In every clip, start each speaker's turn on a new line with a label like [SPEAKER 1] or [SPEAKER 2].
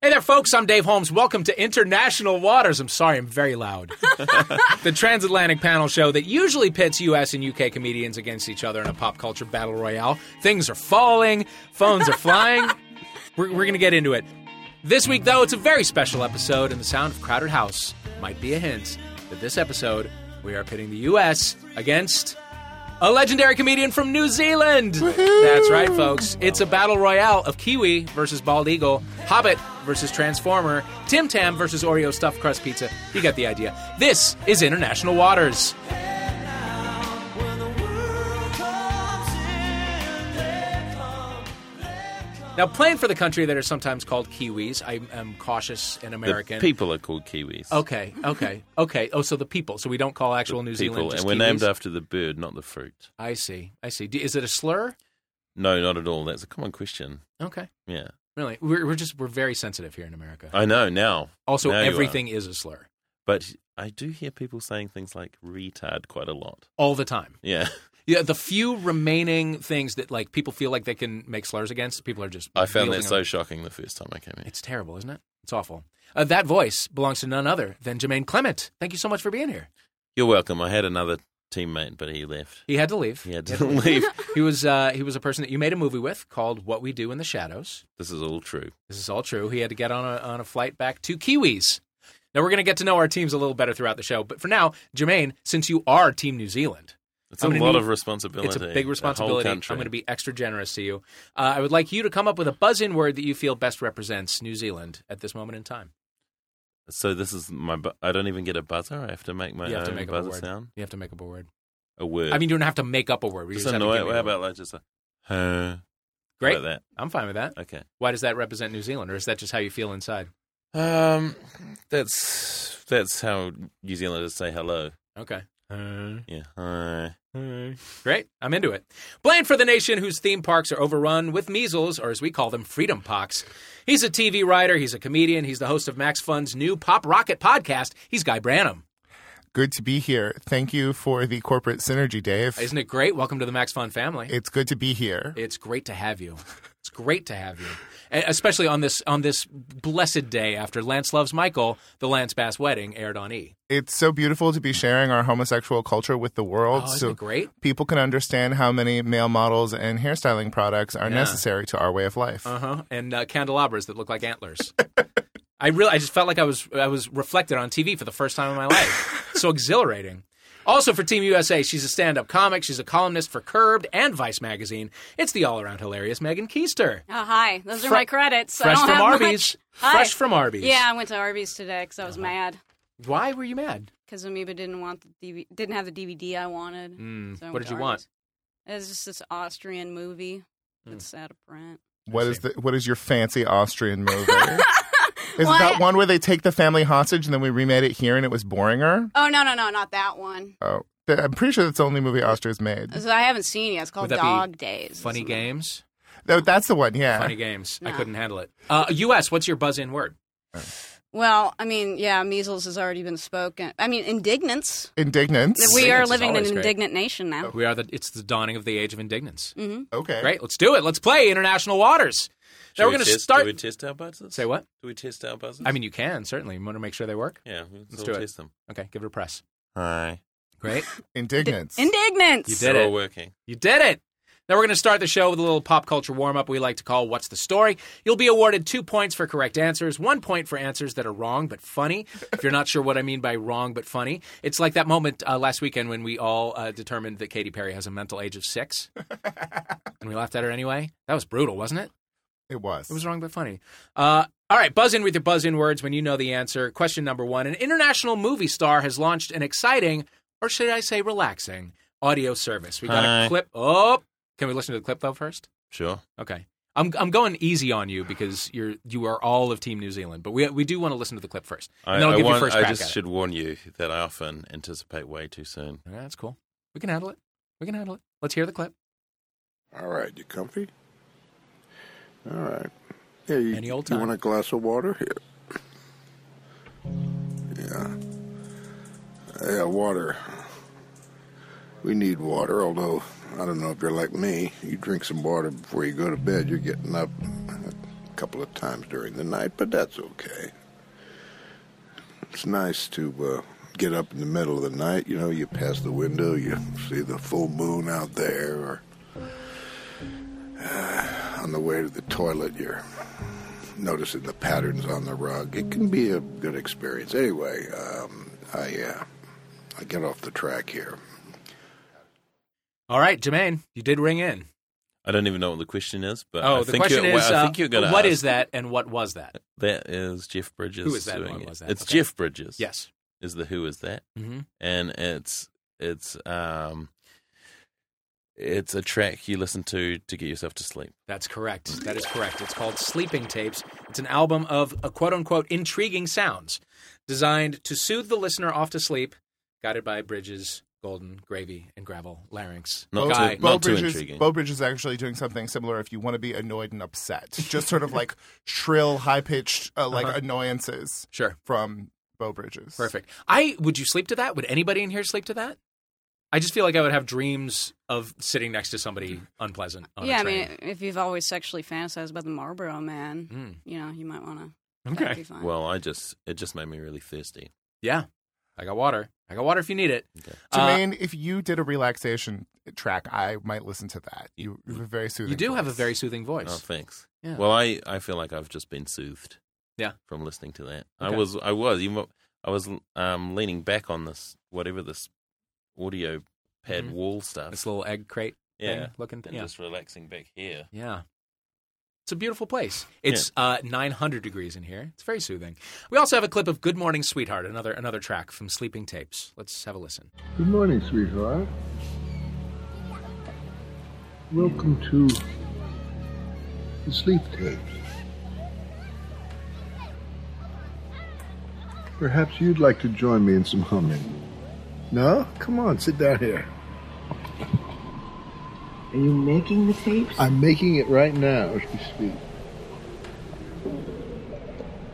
[SPEAKER 1] Hey there, folks. I'm Dave Holmes. Welcome to International Waters. I'm sorry, I'm very loud. the transatlantic panel show that usually pits U.S. and U.K. comedians against each other in a pop culture battle royale. Things are falling, phones are flying. We're, we're going to get into it. This week, though, it's a very special episode, and the sound of Crowded House might be a hint that this episode we are pitting the U.S. against a legendary comedian from New Zealand. That's right, folks. It's a battle royale of Kiwi versus Bald Eagle, Hobbit versus Transformer, Tim Tam versus Oreo Stuffed Crust Pizza. You got the idea. This is International Waters. Now, playing for the country that are sometimes called Kiwis, I am cautious and
[SPEAKER 2] The
[SPEAKER 1] American.
[SPEAKER 2] people are called kiwis.
[SPEAKER 1] Okay, okay, okay. Oh, so the people. So we don't call actual New
[SPEAKER 2] people,
[SPEAKER 1] Zealand.
[SPEAKER 2] and
[SPEAKER 1] just
[SPEAKER 2] we're named
[SPEAKER 1] Kiwis?
[SPEAKER 2] after the bird, not the fruit.
[SPEAKER 1] I see. I see. D- Is it a slur?
[SPEAKER 2] No, not at all. That's a common question.
[SPEAKER 1] Okay.
[SPEAKER 2] Yeah,
[SPEAKER 1] Really, we're, we're just we're very sensitive here in America.
[SPEAKER 2] I know now.
[SPEAKER 1] also,
[SPEAKER 2] now you are.
[SPEAKER 1] everything is a slur
[SPEAKER 2] But I do hear people saying things like "retard" quite a lot.
[SPEAKER 1] all the time.
[SPEAKER 2] Yeah,
[SPEAKER 1] Yeah, the few remaining things that like people feel like they can make slurs against, people are just.
[SPEAKER 2] I found that
[SPEAKER 1] wielding
[SPEAKER 2] so
[SPEAKER 1] them.
[SPEAKER 2] shocking the first time I came here.
[SPEAKER 1] It's terrible, isn't it? It's awful. Uh, that voice belongs to none other than Jermaine Clement. Thank you so much for being here.
[SPEAKER 2] You're welcome. I had another teammate, but he left.
[SPEAKER 1] He had to leave.
[SPEAKER 2] He had to leave.
[SPEAKER 1] He was uh, he was a person that you made a movie with called What We Do in the Shadows.
[SPEAKER 2] This is all true.
[SPEAKER 1] This is all true. He had to get on a, on a flight back to Kiwis. Now we're going to get to know our teams a little better throughout the show, but for now, Jermaine, since you are Team New Zealand,
[SPEAKER 2] It's a
[SPEAKER 1] I'm gonna
[SPEAKER 2] lot
[SPEAKER 1] need-
[SPEAKER 2] of responsibility.
[SPEAKER 1] it's a
[SPEAKER 2] The
[SPEAKER 1] big
[SPEAKER 2] whole
[SPEAKER 1] responsibility. I'm
[SPEAKER 2] country.
[SPEAKER 1] going to be extra generous to you. Uh, I would like you to come up with a buzz-in word that you feel best represents New Zealand at this moment in time.
[SPEAKER 2] So this is my. bu- I don't even get a buzzer. I have to make my
[SPEAKER 1] you have to
[SPEAKER 2] own
[SPEAKER 1] make up a
[SPEAKER 2] buzzer
[SPEAKER 1] word.
[SPEAKER 2] sound.
[SPEAKER 1] You have to make up a word.
[SPEAKER 2] A word.
[SPEAKER 1] I mean, you don't have to make up a word. You
[SPEAKER 2] just
[SPEAKER 1] just have to
[SPEAKER 2] annoy.
[SPEAKER 1] give me a
[SPEAKER 2] How
[SPEAKER 1] word.
[SPEAKER 2] about like just a. Huh.
[SPEAKER 1] Great.
[SPEAKER 2] Like that.
[SPEAKER 1] I'm fine with that.
[SPEAKER 2] Okay.
[SPEAKER 1] Why does that represent New Zealand, or is that just how you feel inside?
[SPEAKER 2] Um, that's that's how New Zealanders say hello.
[SPEAKER 1] Okay.
[SPEAKER 2] Yeah, hi.
[SPEAKER 1] Great. I'm into it. Blaine for the nation whose theme parks are overrun with measles, or as we call them, freedom pox. He's a TV writer, he's a comedian, he's the host of Max Fun's new Pop Rocket podcast. He's Guy Branham.
[SPEAKER 3] Good to be here. Thank you for the corporate synergy, Dave.
[SPEAKER 1] Isn't it great? Welcome to the Max Fun family.
[SPEAKER 3] It's good to be here.
[SPEAKER 1] It's great to have you. It's great to have you. And Especially on this on this blessed day after Lance Loves Michael, the Lance Bass wedding aired on E.
[SPEAKER 3] It's so beautiful to be sharing our homosexual culture with the world
[SPEAKER 1] Oh, isn't
[SPEAKER 3] so
[SPEAKER 1] it great?
[SPEAKER 3] people can understand how many male models and hairstyling products are necessary to our way of life.
[SPEAKER 1] Uh-huh. And uh, candelabras that look like antlers. I really I just felt like I was I was reflected on TV for the first time in my life. so exhilarating. Also for Team USA, she's a stand-up comic, she's a columnist for Curbed and Vice magazine. It's the all-around hilarious Megan Keister.
[SPEAKER 4] Oh, hi. Those are
[SPEAKER 1] Fre-
[SPEAKER 4] my credits. I
[SPEAKER 1] Fresh
[SPEAKER 4] don't
[SPEAKER 1] from
[SPEAKER 4] have
[SPEAKER 1] Arby's.
[SPEAKER 4] much. Hi.
[SPEAKER 1] Fresh from Arby's. Uh-huh.
[SPEAKER 4] Yeah, I went to Arby's today because I was mad
[SPEAKER 1] Why were you mad?
[SPEAKER 4] because Amoeba didn't want the DV- didn't have the DVD I wanted.
[SPEAKER 1] Mm,
[SPEAKER 4] So I
[SPEAKER 1] what
[SPEAKER 4] went
[SPEAKER 1] did
[SPEAKER 4] to
[SPEAKER 1] you want? Mm.
[SPEAKER 4] Arby's. It's just this Austrian movie that's out of print.
[SPEAKER 3] What is the what is your fancy Austrian movie? is it
[SPEAKER 4] Well,
[SPEAKER 3] that
[SPEAKER 4] I-
[SPEAKER 3] one where they take the family hostage and then we remade it here and it was boringer?
[SPEAKER 4] Oh no no no not that one.
[SPEAKER 3] Oh, th- I'm pretty sure that's the only movie Austria's made.
[SPEAKER 1] Uh,
[SPEAKER 4] So I haven't seen it. It's called
[SPEAKER 1] Would that be
[SPEAKER 4] Dog Days.
[SPEAKER 1] Funny
[SPEAKER 4] It's-
[SPEAKER 1] games.
[SPEAKER 3] No, that's the one. Uh-huh. Yeah.
[SPEAKER 1] Funny games. I
[SPEAKER 4] No.
[SPEAKER 1] couldn't handle it. Uh, U.S. What's your buzz-in word?
[SPEAKER 4] Well, I mean, yeah, measles has already been spoken. I mean, indignance.
[SPEAKER 3] Indignance.
[SPEAKER 4] We are
[SPEAKER 1] is
[SPEAKER 4] living in
[SPEAKER 1] always
[SPEAKER 4] an
[SPEAKER 1] great. Oh.
[SPEAKER 4] indignant nation now.
[SPEAKER 1] We are the. It's the dawning of the age of indignance.
[SPEAKER 3] Okay.
[SPEAKER 1] Great. Let's do it. Let's play international waters.
[SPEAKER 2] Should
[SPEAKER 1] now we're
[SPEAKER 2] we
[SPEAKER 1] going to
[SPEAKER 2] test-
[SPEAKER 1] start.
[SPEAKER 2] Do we test our buzzers?
[SPEAKER 1] Say what?
[SPEAKER 2] Do we test our buzzers?
[SPEAKER 1] I mean, you can certainly. You want to make sure they work.
[SPEAKER 2] yeah, let's,
[SPEAKER 1] let's
[SPEAKER 2] all
[SPEAKER 1] do it.
[SPEAKER 2] test them.
[SPEAKER 1] Okay, give it a press.
[SPEAKER 2] Hi.
[SPEAKER 1] Great.
[SPEAKER 3] Indignance.
[SPEAKER 4] Indignance.
[SPEAKER 1] You did
[SPEAKER 2] They're
[SPEAKER 1] it.
[SPEAKER 2] all working.
[SPEAKER 1] You did it. Now we're going to start the show with a little pop culture warm up we like to call What's the Story? You'll be awarded two points for correct answers, one point for answers that are wrong but funny. If you're not sure what I mean by wrong but funny, it's like that moment uh, last weekend when we all uh, determined that Katy Perry has a mental age of six. and we laughed at her anyway. That was brutal, wasn't it?
[SPEAKER 3] It was.
[SPEAKER 1] It was wrong but funny. Uh, all right, buzz in with your buzz in words when you know the answer. Question number one An international movie star has launched an exciting, or should I say relaxing, audio service. We got a
[SPEAKER 2] Hi.
[SPEAKER 1] clip. Oh, can we listen to the clip though first?
[SPEAKER 2] Sure.
[SPEAKER 1] Okay. I'm, I'm going easy on you because you're you are all of Team New Zealand, but we, we do want to listen to the clip first. And
[SPEAKER 2] I,
[SPEAKER 1] then I'll
[SPEAKER 2] I
[SPEAKER 1] give
[SPEAKER 2] want-
[SPEAKER 1] you first
[SPEAKER 2] I
[SPEAKER 1] crack
[SPEAKER 2] just
[SPEAKER 1] at it.
[SPEAKER 2] should warn you that I often anticipate way too soon.
[SPEAKER 1] Yeah, that's cool. We can handle it. We can handle it. Let's hear the clip.
[SPEAKER 5] All right, you comfy? All right. Yeah, you,
[SPEAKER 1] Any old
[SPEAKER 5] you
[SPEAKER 1] time.
[SPEAKER 5] want a glass of water? Here. Yeah. Yeah, water. We need water, although I don't know if you're like me. You drink some water before you go to bed, you're getting up. couple of times during the night, but that's okay. It's nice to uh, get up in the middle of the night. You know, you pass the window, you see the full moon out there, or uh, on the way to the toilet, you're noticing the patterns on the rug. It can be a good experience. Anyway, um, I uh, I get off the track here.
[SPEAKER 1] All right, Jermaine, you did ring in.
[SPEAKER 2] I don't even know what the question is, but
[SPEAKER 1] Oh,
[SPEAKER 2] I
[SPEAKER 1] the
[SPEAKER 2] think
[SPEAKER 1] question
[SPEAKER 2] you're, well,
[SPEAKER 1] is,
[SPEAKER 2] I
[SPEAKER 1] uh,
[SPEAKER 2] think you're gonna
[SPEAKER 1] what
[SPEAKER 2] ask-
[SPEAKER 1] is that and what was that?
[SPEAKER 2] That is Jeff Bridges.
[SPEAKER 1] Who is that?
[SPEAKER 2] doing
[SPEAKER 1] What
[SPEAKER 2] it.
[SPEAKER 1] was that?
[SPEAKER 2] It's
[SPEAKER 1] Okay.
[SPEAKER 2] Jeff Bridges.
[SPEAKER 1] Yes.
[SPEAKER 2] is the Who is that,
[SPEAKER 1] Mm-hmm.
[SPEAKER 2] and it's it's um it's a track you listen to to get yourself to sleep.
[SPEAKER 1] That's correct. That is correct. It's called Sleeping Tapes. It's an album of uh, quote unquote intriguing sounds designed to soothe the listener off to sleep, guided by Bridges, Golden, Gravy, and Gravel, Larynx.
[SPEAKER 2] Not
[SPEAKER 1] Guy.
[SPEAKER 2] too- not too
[SPEAKER 3] Bridges,
[SPEAKER 2] intriguing.
[SPEAKER 3] Bo Bridges is actually doing something similar if you want to be annoyed and upset. Just sort of like shrill, high pitched, uh, like annoyances
[SPEAKER 1] Sure.
[SPEAKER 3] from Bo Bridges.
[SPEAKER 1] Uh-huh. Perfect. I would you sleep to that? Would anybody in here sleep to that? I just feel like I would have dreams of sitting next to somebody unpleasant. On
[SPEAKER 4] yeah,
[SPEAKER 1] a
[SPEAKER 4] I
[SPEAKER 1] train. Mm.
[SPEAKER 4] mean, if you've always sexually fantasized about the Marlboro Man, you know, you might want to.
[SPEAKER 1] Okay.
[SPEAKER 4] Be fine.
[SPEAKER 2] Well, I just it just made me really thirsty.
[SPEAKER 1] yeah. I got water. I got water if you need it. Uh,
[SPEAKER 3] Jermaine, if you did a relaxation track, I might listen to that. You, you have a very soothing.
[SPEAKER 1] you do have a
[SPEAKER 3] voice.
[SPEAKER 1] very soothing voice.
[SPEAKER 2] Oh, thanks.
[SPEAKER 1] Yeah.
[SPEAKER 2] Well, I I feel like I've just been soothed.
[SPEAKER 1] Yeah.
[SPEAKER 2] From listening to that, I
[SPEAKER 1] Okay.
[SPEAKER 2] was I was even I was um leaning back on this whatever this audio pad
[SPEAKER 1] Mhm.
[SPEAKER 2] wall stuff.
[SPEAKER 1] this little egg crate
[SPEAKER 2] Oh, yeah.
[SPEAKER 1] thing looking thing.
[SPEAKER 2] And
[SPEAKER 1] Yeah.
[SPEAKER 2] just relaxing back here.
[SPEAKER 1] yeah. It's a beautiful place. It's uh, 900 degrees in here. It's very soothing. We also have a clip of Good Morning Sweetheart, another another track from Sleeping Tapes. Let's have a listen.
[SPEAKER 5] Good morning, sweetheart. Welcome to the sleep tapes. Perhaps you'd like to join me in some humming. No? Come on, sit down here.
[SPEAKER 6] Are you making the tapes?
[SPEAKER 5] I'm making it right now as we speak.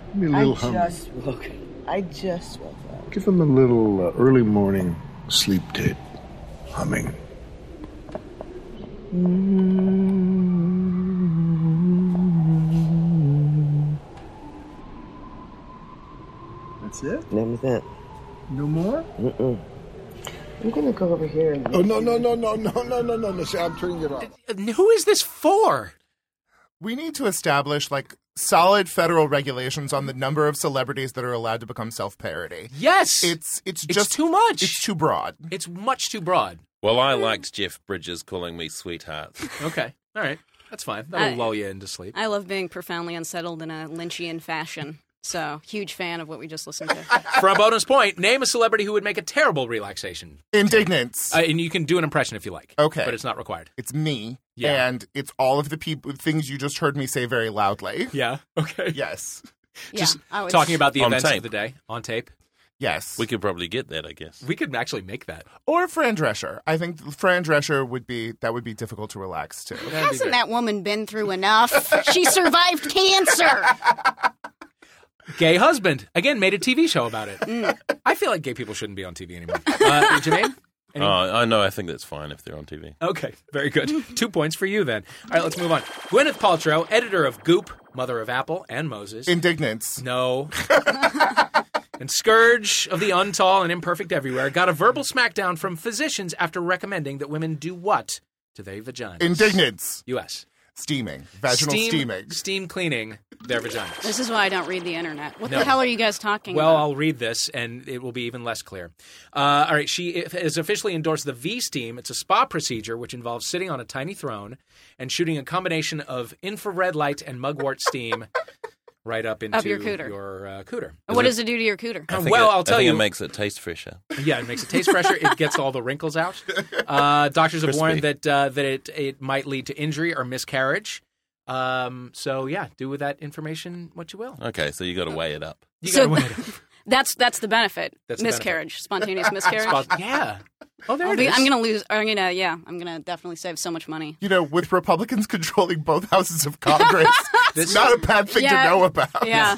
[SPEAKER 5] Give me a little
[SPEAKER 6] I
[SPEAKER 5] hum.
[SPEAKER 6] just woke. I just woke up.
[SPEAKER 5] Give them a little uh, early morning sleep tape humming.
[SPEAKER 6] That's it. That was it.
[SPEAKER 5] No more?
[SPEAKER 6] I'm gonna go over here and.
[SPEAKER 5] Oh, no, no, no, no, no, no, no, no, Miss. I'm turning it off.
[SPEAKER 1] Uh, Who is this for?
[SPEAKER 3] We need to establish like solid federal regulations on the number of celebrities that are allowed to become self parody.
[SPEAKER 1] Yes.
[SPEAKER 3] It's it's
[SPEAKER 1] It's
[SPEAKER 3] just
[SPEAKER 1] too much.
[SPEAKER 3] It's too broad.
[SPEAKER 1] it's much too broad.
[SPEAKER 2] Well, I liked Jeff Bridges calling me sweetheart.
[SPEAKER 1] Okay. All right. That's fine. That'll
[SPEAKER 4] I-
[SPEAKER 1] lull you into sleep.
[SPEAKER 4] I love being profoundly unsettled in a Lynchian fashion. So, huge fan of what we just listened to.
[SPEAKER 1] For a bonus point, name a celebrity who would make a terrible relaxation.
[SPEAKER 3] Indignance.
[SPEAKER 1] Uh, and you can do an impression if you like.
[SPEAKER 3] Okay.
[SPEAKER 1] But it's not required.
[SPEAKER 3] it's me,
[SPEAKER 1] Yeah.
[SPEAKER 3] and it's all of the people things you just heard me say very loudly.
[SPEAKER 1] Yeah. Okay.
[SPEAKER 3] Yes,
[SPEAKER 1] Just
[SPEAKER 4] yeah, I was
[SPEAKER 1] Talking about the
[SPEAKER 2] On
[SPEAKER 1] events
[SPEAKER 2] tape.
[SPEAKER 1] of the day on tape.
[SPEAKER 3] yes.
[SPEAKER 2] we could probably get that, I guess.
[SPEAKER 1] We could actually make that.
[SPEAKER 3] or Fran Drescher. I think Fran Drescher would be that would be difficult to relax to.
[SPEAKER 4] Hasn't that woman been through enough? she survived cancer.
[SPEAKER 1] Gay husband again made a TV show about it. I feel like gay people shouldn't be on TV anymore. Uh, Jermaine. Any-
[SPEAKER 2] Oh, I know. I think that's fine if they're on TV.
[SPEAKER 1] Okay, very good. Two points for you then. All right, let's move on. Gwyneth Paltrow, editor of Goop, mother of Apple and Moses.
[SPEAKER 3] Mm. Indignance.
[SPEAKER 1] No. and Scourge of the Untall and Imperfect Everywhere got a verbal smackdown from physicians after recommending that women do what to their vaginas?
[SPEAKER 3] Indignance.
[SPEAKER 1] U.S.
[SPEAKER 3] Steaming. Vaginal
[SPEAKER 1] steam,
[SPEAKER 3] steaming.
[SPEAKER 1] Steam cleaning their vaginas.
[SPEAKER 4] This is why I don't read the internet. What
[SPEAKER 1] No.
[SPEAKER 4] the hell are you guys talking
[SPEAKER 1] Well,
[SPEAKER 4] about?
[SPEAKER 1] I'll read this, and it will be even less clear. Uh, all right, she has officially endorsed the V Steam. It's a spa procedure which involves sitting on a tiny throne and shooting a combination of infrared light and mugwort steam right up into
[SPEAKER 4] Up your cooter. Oh.
[SPEAKER 1] your, uh, cooter.
[SPEAKER 4] what does it do to your cooter?
[SPEAKER 2] I think
[SPEAKER 1] Well,
[SPEAKER 2] it-
[SPEAKER 1] I'll tell
[SPEAKER 2] I think
[SPEAKER 1] you-
[SPEAKER 2] it makes it taste fresher.
[SPEAKER 1] Yeah, it makes it taste fresher. It gets all the wrinkles out. Uh, doctors have
[SPEAKER 2] Crispy.
[SPEAKER 1] warned that uh, that it it might lead to injury or miscarriage. Um, so yeah, do with that information what you will.
[SPEAKER 2] Okay, so you got to weigh it up.
[SPEAKER 1] You
[SPEAKER 4] So-
[SPEAKER 1] gotta weigh it up.
[SPEAKER 4] That's that's the benefit.
[SPEAKER 1] That's the
[SPEAKER 4] miscarriage, spontaneous miscarriage.
[SPEAKER 1] Spot- yeah. Oh, there
[SPEAKER 4] I'll
[SPEAKER 1] it
[SPEAKER 4] be,
[SPEAKER 1] is.
[SPEAKER 4] I'm gonna lose. I'm gonna yeah. I'm gonna definitely save so much money.
[SPEAKER 3] You know, with Republicans controlling both houses of Congress,
[SPEAKER 1] This-
[SPEAKER 3] it's not a bad thing
[SPEAKER 4] Yeah.
[SPEAKER 3] to know about.
[SPEAKER 4] Yeah,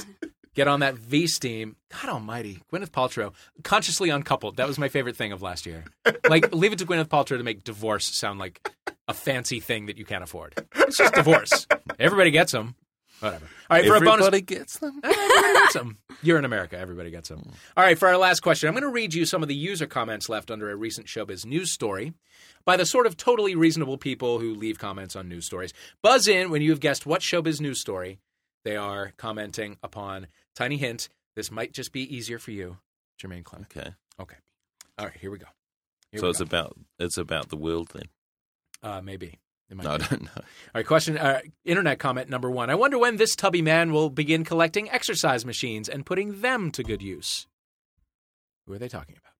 [SPEAKER 1] Get on that V steam. God Almighty, Gwyneth Paltrow consciously uncoupled. That was my favorite thing of last year. Like, leave it to Gwyneth Paltrow to make divorce sound like a fancy thing that you can't afford. It's just divorce. Everybody gets them. Whatever. All right, for a bonus.
[SPEAKER 2] Everybody gets them.
[SPEAKER 1] Everybody gets 'em. You're in America. Everybody gets them. All right, for our last question, I'm going to read you some of the user comments left under a recent showbiz news story by the sort of totally reasonable people who leave comments on news stories. Buzz in when you have guessed what showbiz news story they are commenting upon. Tiny hint: this might just be easier for you, Jermaine Clement.
[SPEAKER 2] Okay,
[SPEAKER 1] Okay. All right, here we go. Here
[SPEAKER 2] so
[SPEAKER 1] we
[SPEAKER 2] it's
[SPEAKER 1] go.
[SPEAKER 2] about it's about the world then.
[SPEAKER 1] uh, maybe. It might
[SPEAKER 2] No, I
[SPEAKER 1] be.
[SPEAKER 2] don't know.
[SPEAKER 1] All right, question, uh, internet comment number one. I wonder when this tubby man will begin collecting exercise machines and putting them to good use. Who are they talking about?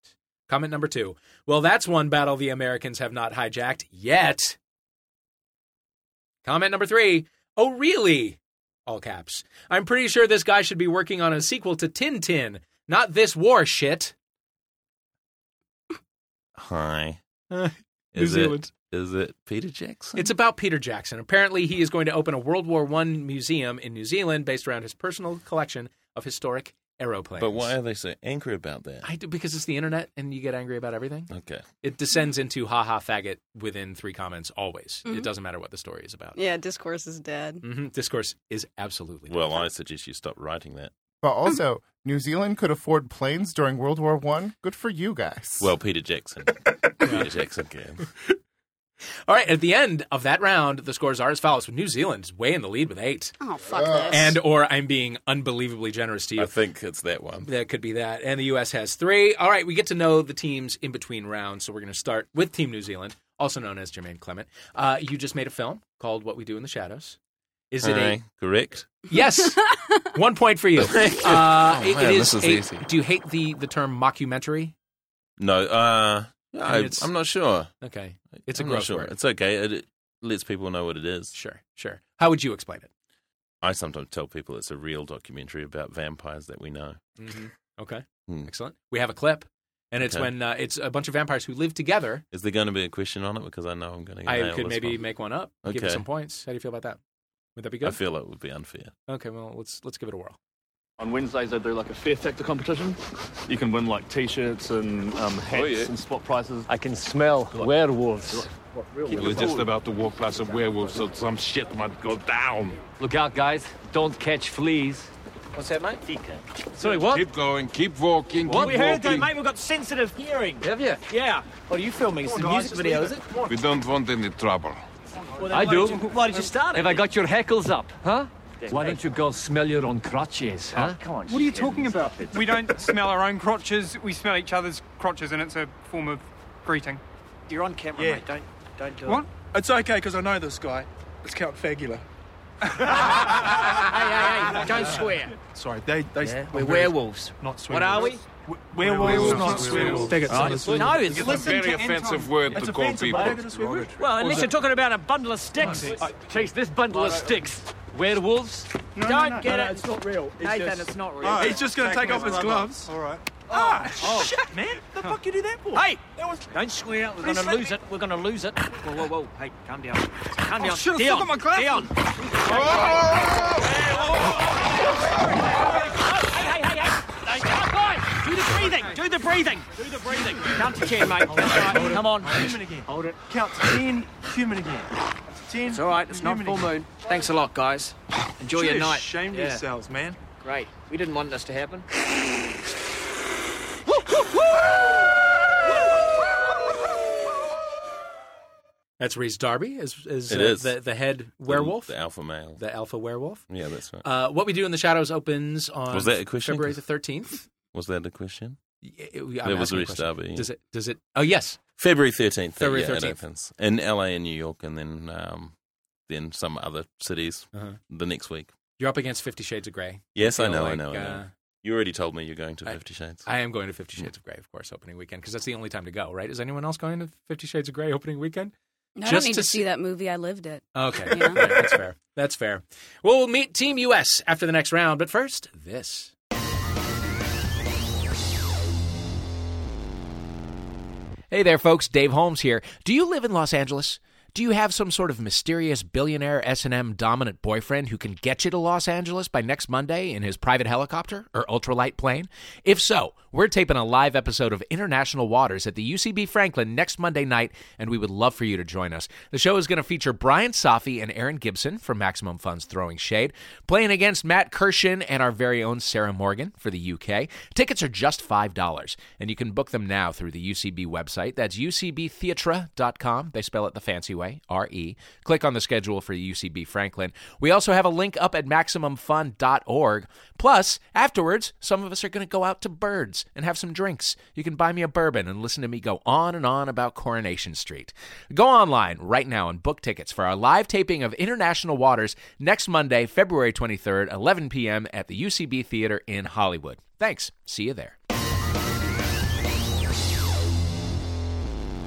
[SPEAKER 1] Comment number two. Well, that's one battle the Americans have not hijacked yet. Comment number three. Oh, really? All caps. I'm pretty sure this guy should be working on a sequel to Tin Tin, not this war shit.
[SPEAKER 2] Hi.
[SPEAKER 1] Uh,
[SPEAKER 2] Is
[SPEAKER 1] New
[SPEAKER 2] it-
[SPEAKER 1] Zealand.
[SPEAKER 2] Is it Peter Jackson?
[SPEAKER 1] It's about Peter Jackson. Apparently, he is going to open a World War I museum in New Zealand based around his personal collection of historic aeroplanes.
[SPEAKER 2] But why are they so angry about that?
[SPEAKER 1] I do because it's the internet, and you get angry about everything.
[SPEAKER 2] Okay.
[SPEAKER 1] It descends into "ha ha faggot" within three comments. Always, it doesn't matter what the story is about.
[SPEAKER 4] Yeah, discourse is dead.
[SPEAKER 1] hmm Discourse is absolutely
[SPEAKER 2] Well, I suggest you stop writing that.
[SPEAKER 3] But also, New Zealand could afford planes during World War One. Good for you guys.
[SPEAKER 2] Well, Peter Jackson. Peter Jackson can.
[SPEAKER 1] all right. At the end of that round, the scores are as follows: with New Zealand way in the lead with eight,
[SPEAKER 4] Oh fuck this.
[SPEAKER 1] and or I'm being unbelievably generous to you.
[SPEAKER 2] I think it's that one.
[SPEAKER 1] That could be that. And the U.S. has three. All right, we get to know the teams in between rounds. So we're going to start with Team New Zealand, also known as Jermaine Clement. Uh, you just made a film called What We Do in the Shadows. Is it a.
[SPEAKER 2] Hi. Correct.
[SPEAKER 1] Yes! One point for you. Uh,
[SPEAKER 2] Oh,
[SPEAKER 1] it-
[SPEAKER 2] man,
[SPEAKER 1] it
[SPEAKER 2] this is
[SPEAKER 1] a-
[SPEAKER 2] easy.
[SPEAKER 1] Do you hate the, the term mockumentary?
[SPEAKER 2] No. Uh, no,
[SPEAKER 1] I mean, it's-
[SPEAKER 2] I'm not sure.
[SPEAKER 1] Okay. It's a
[SPEAKER 2] I'm not
[SPEAKER 1] gross
[SPEAKER 2] sure.
[SPEAKER 1] word.
[SPEAKER 2] It's okay. It, it lets people know what it is.
[SPEAKER 1] Sure, sure. How would you explain it?
[SPEAKER 2] I sometimes tell people it's a real documentary about vampires that we know.
[SPEAKER 1] Okay.
[SPEAKER 2] Hmm.
[SPEAKER 1] Excellent. We have a clip. And it's
[SPEAKER 2] Okay.
[SPEAKER 1] when uh, it's a bunch of vampires who live together.
[SPEAKER 2] Is there going to be a question on it? Because I know I'm going to. Get
[SPEAKER 1] I
[SPEAKER 2] nailed
[SPEAKER 1] could
[SPEAKER 2] this
[SPEAKER 1] maybe
[SPEAKER 2] one.
[SPEAKER 1] make one up, give it
[SPEAKER 2] Okay.
[SPEAKER 1] some points. How do you feel about that? Would that be good?
[SPEAKER 2] I feel it would be unfair.
[SPEAKER 1] Okay, well let's let's give it a whirl.
[SPEAKER 7] On Wednesdays, I do like a fair factor competition. You can win like t-shirts and um, hats and spot prizes.
[SPEAKER 8] I can smell werewolves.
[SPEAKER 9] We're just about to walk past a werewolf, so some shit might go down.
[SPEAKER 8] Look out, guys. Don't catch fleas.
[SPEAKER 1] What's that, mate?
[SPEAKER 8] Sorry, what?
[SPEAKER 9] Keep going, keep walking, keep
[SPEAKER 8] We
[SPEAKER 9] walking.
[SPEAKER 8] heard that, mate. We've got sensitive hearing. Have you? Yeah. What are you filming? It's a music video, is it?
[SPEAKER 9] We don't want any trouble.
[SPEAKER 8] I do. Why did you start it? Have I got your heckles up, huh? Why don't you go smell your own crotches, huh? come on.
[SPEAKER 10] What are you talking about? We don't smell our own crotches, we smell each other's crotches, and it's a form of greeting.
[SPEAKER 8] You're on camera, mate. Don't, don't do
[SPEAKER 10] What?
[SPEAKER 11] It's okay because I know this guy. It's Count Fagula.
[SPEAKER 8] Hey, hey, hey!
[SPEAKER 2] Ah.
[SPEAKER 8] Don't swear.
[SPEAKER 11] Sorry, they. they
[SPEAKER 8] We're werewolves.
[SPEAKER 10] Not sweet.
[SPEAKER 8] What are we?
[SPEAKER 10] Werewolves, not sweet.
[SPEAKER 3] Ah,
[SPEAKER 11] Faggots.
[SPEAKER 8] No, it's
[SPEAKER 9] It's a very offensive word
[SPEAKER 11] It's
[SPEAKER 9] to call
[SPEAKER 11] offensive.
[SPEAKER 9] people.
[SPEAKER 11] I don't think it's a word.
[SPEAKER 8] Well, unless you're talking about a bundle of sticks. Chase this bundle of sticks. Werewolves? Don't get it.
[SPEAKER 11] not real.
[SPEAKER 8] Nathan, it's not real.
[SPEAKER 11] He's just going to take off his gloves. All right. Ah, shit, man. The fuck you do that for?
[SPEAKER 8] Oh. Hey! Don't swear. We're going to lose it. We're going to lose it. Whoa, whoa, whoa. Hey, calm down. Calm down.
[SPEAKER 11] Oh, shit, I
[SPEAKER 8] Dion.
[SPEAKER 11] forgot my glasses.
[SPEAKER 8] Dion. Hey, hey, hey, hey. Hey, come on, boys. Do the breathing. Do the breathing. Do the breathing. Count to ten, mate. That's all right. Come on.
[SPEAKER 10] Human again. Hold it. Count to ten. Human again. Ten.
[SPEAKER 8] It's all right. It's not full moon. Thanks a lot, guys. Enjoy your night.
[SPEAKER 11] Shame
[SPEAKER 8] Yeah,
[SPEAKER 11] yourselves, man.
[SPEAKER 8] Great. We didn't want this to happen.
[SPEAKER 1] That's Reese Darby as, as
[SPEAKER 2] It
[SPEAKER 1] uh,
[SPEAKER 2] is.
[SPEAKER 1] The, the head werewolf,
[SPEAKER 2] The,
[SPEAKER 1] the,
[SPEAKER 2] alpha male.
[SPEAKER 1] alpha werewolf.
[SPEAKER 2] yeah, that's right.
[SPEAKER 1] Uh, what we do in the shadows opens on
[SPEAKER 2] Was that a question?
[SPEAKER 1] February the thirteenth.
[SPEAKER 2] Was that a question?
[SPEAKER 1] That
[SPEAKER 2] was Reese Darby, yeah.
[SPEAKER 1] Does it? Does it? Oh yes,
[SPEAKER 2] February 13th.
[SPEAKER 1] February
[SPEAKER 2] yeah, it
[SPEAKER 1] 13th.
[SPEAKER 2] opens. In LA and New York, and then um, then some other cities the next week.
[SPEAKER 1] you're up against Fifty Shades of Grey.
[SPEAKER 2] Yes, I
[SPEAKER 1] Uh-huh. feel
[SPEAKER 2] know, I
[SPEAKER 1] like,
[SPEAKER 2] know, I know.
[SPEAKER 1] uh,
[SPEAKER 2] You already told me you're going to
[SPEAKER 1] I-
[SPEAKER 2] Fifty Shades.
[SPEAKER 1] I am going to Fifty Shades of Grey, of course, opening weekend because that's the only time to go. Right? Is anyone else going to Fifty Shades of Grey opening weekend?
[SPEAKER 4] I don't
[SPEAKER 1] just
[SPEAKER 4] need
[SPEAKER 1] to
[SPEAKER 4] to see that movie. I lived it.
[SPEAKER 1] Okay,
[SPEAKER 4] Yeah.
[SPEAKER 1] All right, that's fair. That's fair. Well, we'll meet Team US after the next round, but first, this. Hey there, folks. Dave Holmes here. Do you live in Los Angeles? Do you have some sort of mysterious billionaire S&M dominant boyfriend who can get you to Los Angeles by next Monday in his private helicopter or ultralight plane? If so, We're taping a live episode of International Waters at the UCB Franklin next Monday night, and we would love for you to join us. The show is going to feature Brian Safi and Aaron Gibson from Maximum Fun's Throwing Shade, playing against Matt Kirshen and our very own Sarah Morgan for the UK. Tickets are just $5, and you can book them now through the UCB website. That's ucbtheatre.com. They spell it the fancy way, R E. Click on the schedule for UCB Franklin. We also have a link up at MaximumFun.org. Plus, afterwards, some of us are going to go out to Birds and have some drinks. You can buy me a bourbon and listen to me go on and on about Coronation Street. Go online right now and book tickets for our live taping of International Waters next Monday, February 23rd, 11 p.m. at the UCB Theater in Hollywood. Thanks. See you there.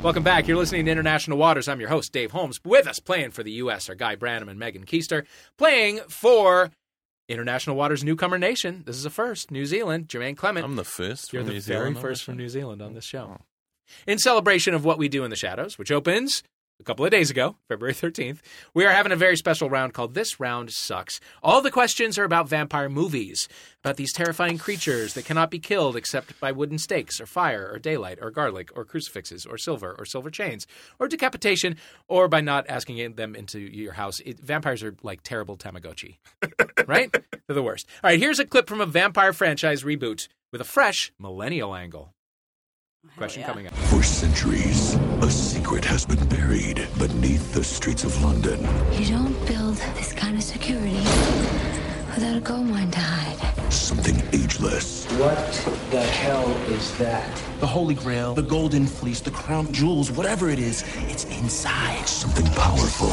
[SPEAKER 1] Welcome back. You're listening to International Waters. I'm your host, Dave Holmes. With us playing for the U.S. are Guy Branham and Megan Keister, playing for International Waters Newcomer Nation. This is a first. New Zealand, Jermaine Clement. I'm
[SPEAKER 2] the first.
[SPEAKER 1] You're
[SPEAKER 2] from
[SPEAKER 1] the
[SPEAKER 2] New
[SPEAKER 1] very
[SPEAKER 2] Zealand on
[SPEAKER 1] first from New Zealand on this show. Oh. In celebration of What We Do in the Shadows, which opens a couple of days ago, February 13th, we are having a very special round called This Round Sucks. All the questions are about vampire movies, about these terrifying creatures that cannot be killed except by wooden stakes, or fire, or daylight, or garlic, or crucifixes, or silver, or silver chains, or decapitation, or by not asking them into your house. It, vampires are like terrible Tamagotchi, right? They're the worst. All right, here's a clip from a vampire franchise reboot with a fresh millennial angle. Question coming up.
[SPEAKER 12] For centuries, a secret has been buried beneath the streets of London.
[SPEAKER 13] You don't build this kind of security without a gold mine to hide.
[SPEAKER 12] Something ageless.
[SPEAKER 14] What the hell is that? The Holy Grail, the Golden Fleece, the Crown Jewels, whatever it is, it's inside.
[SPEAKER 12] Something powerful.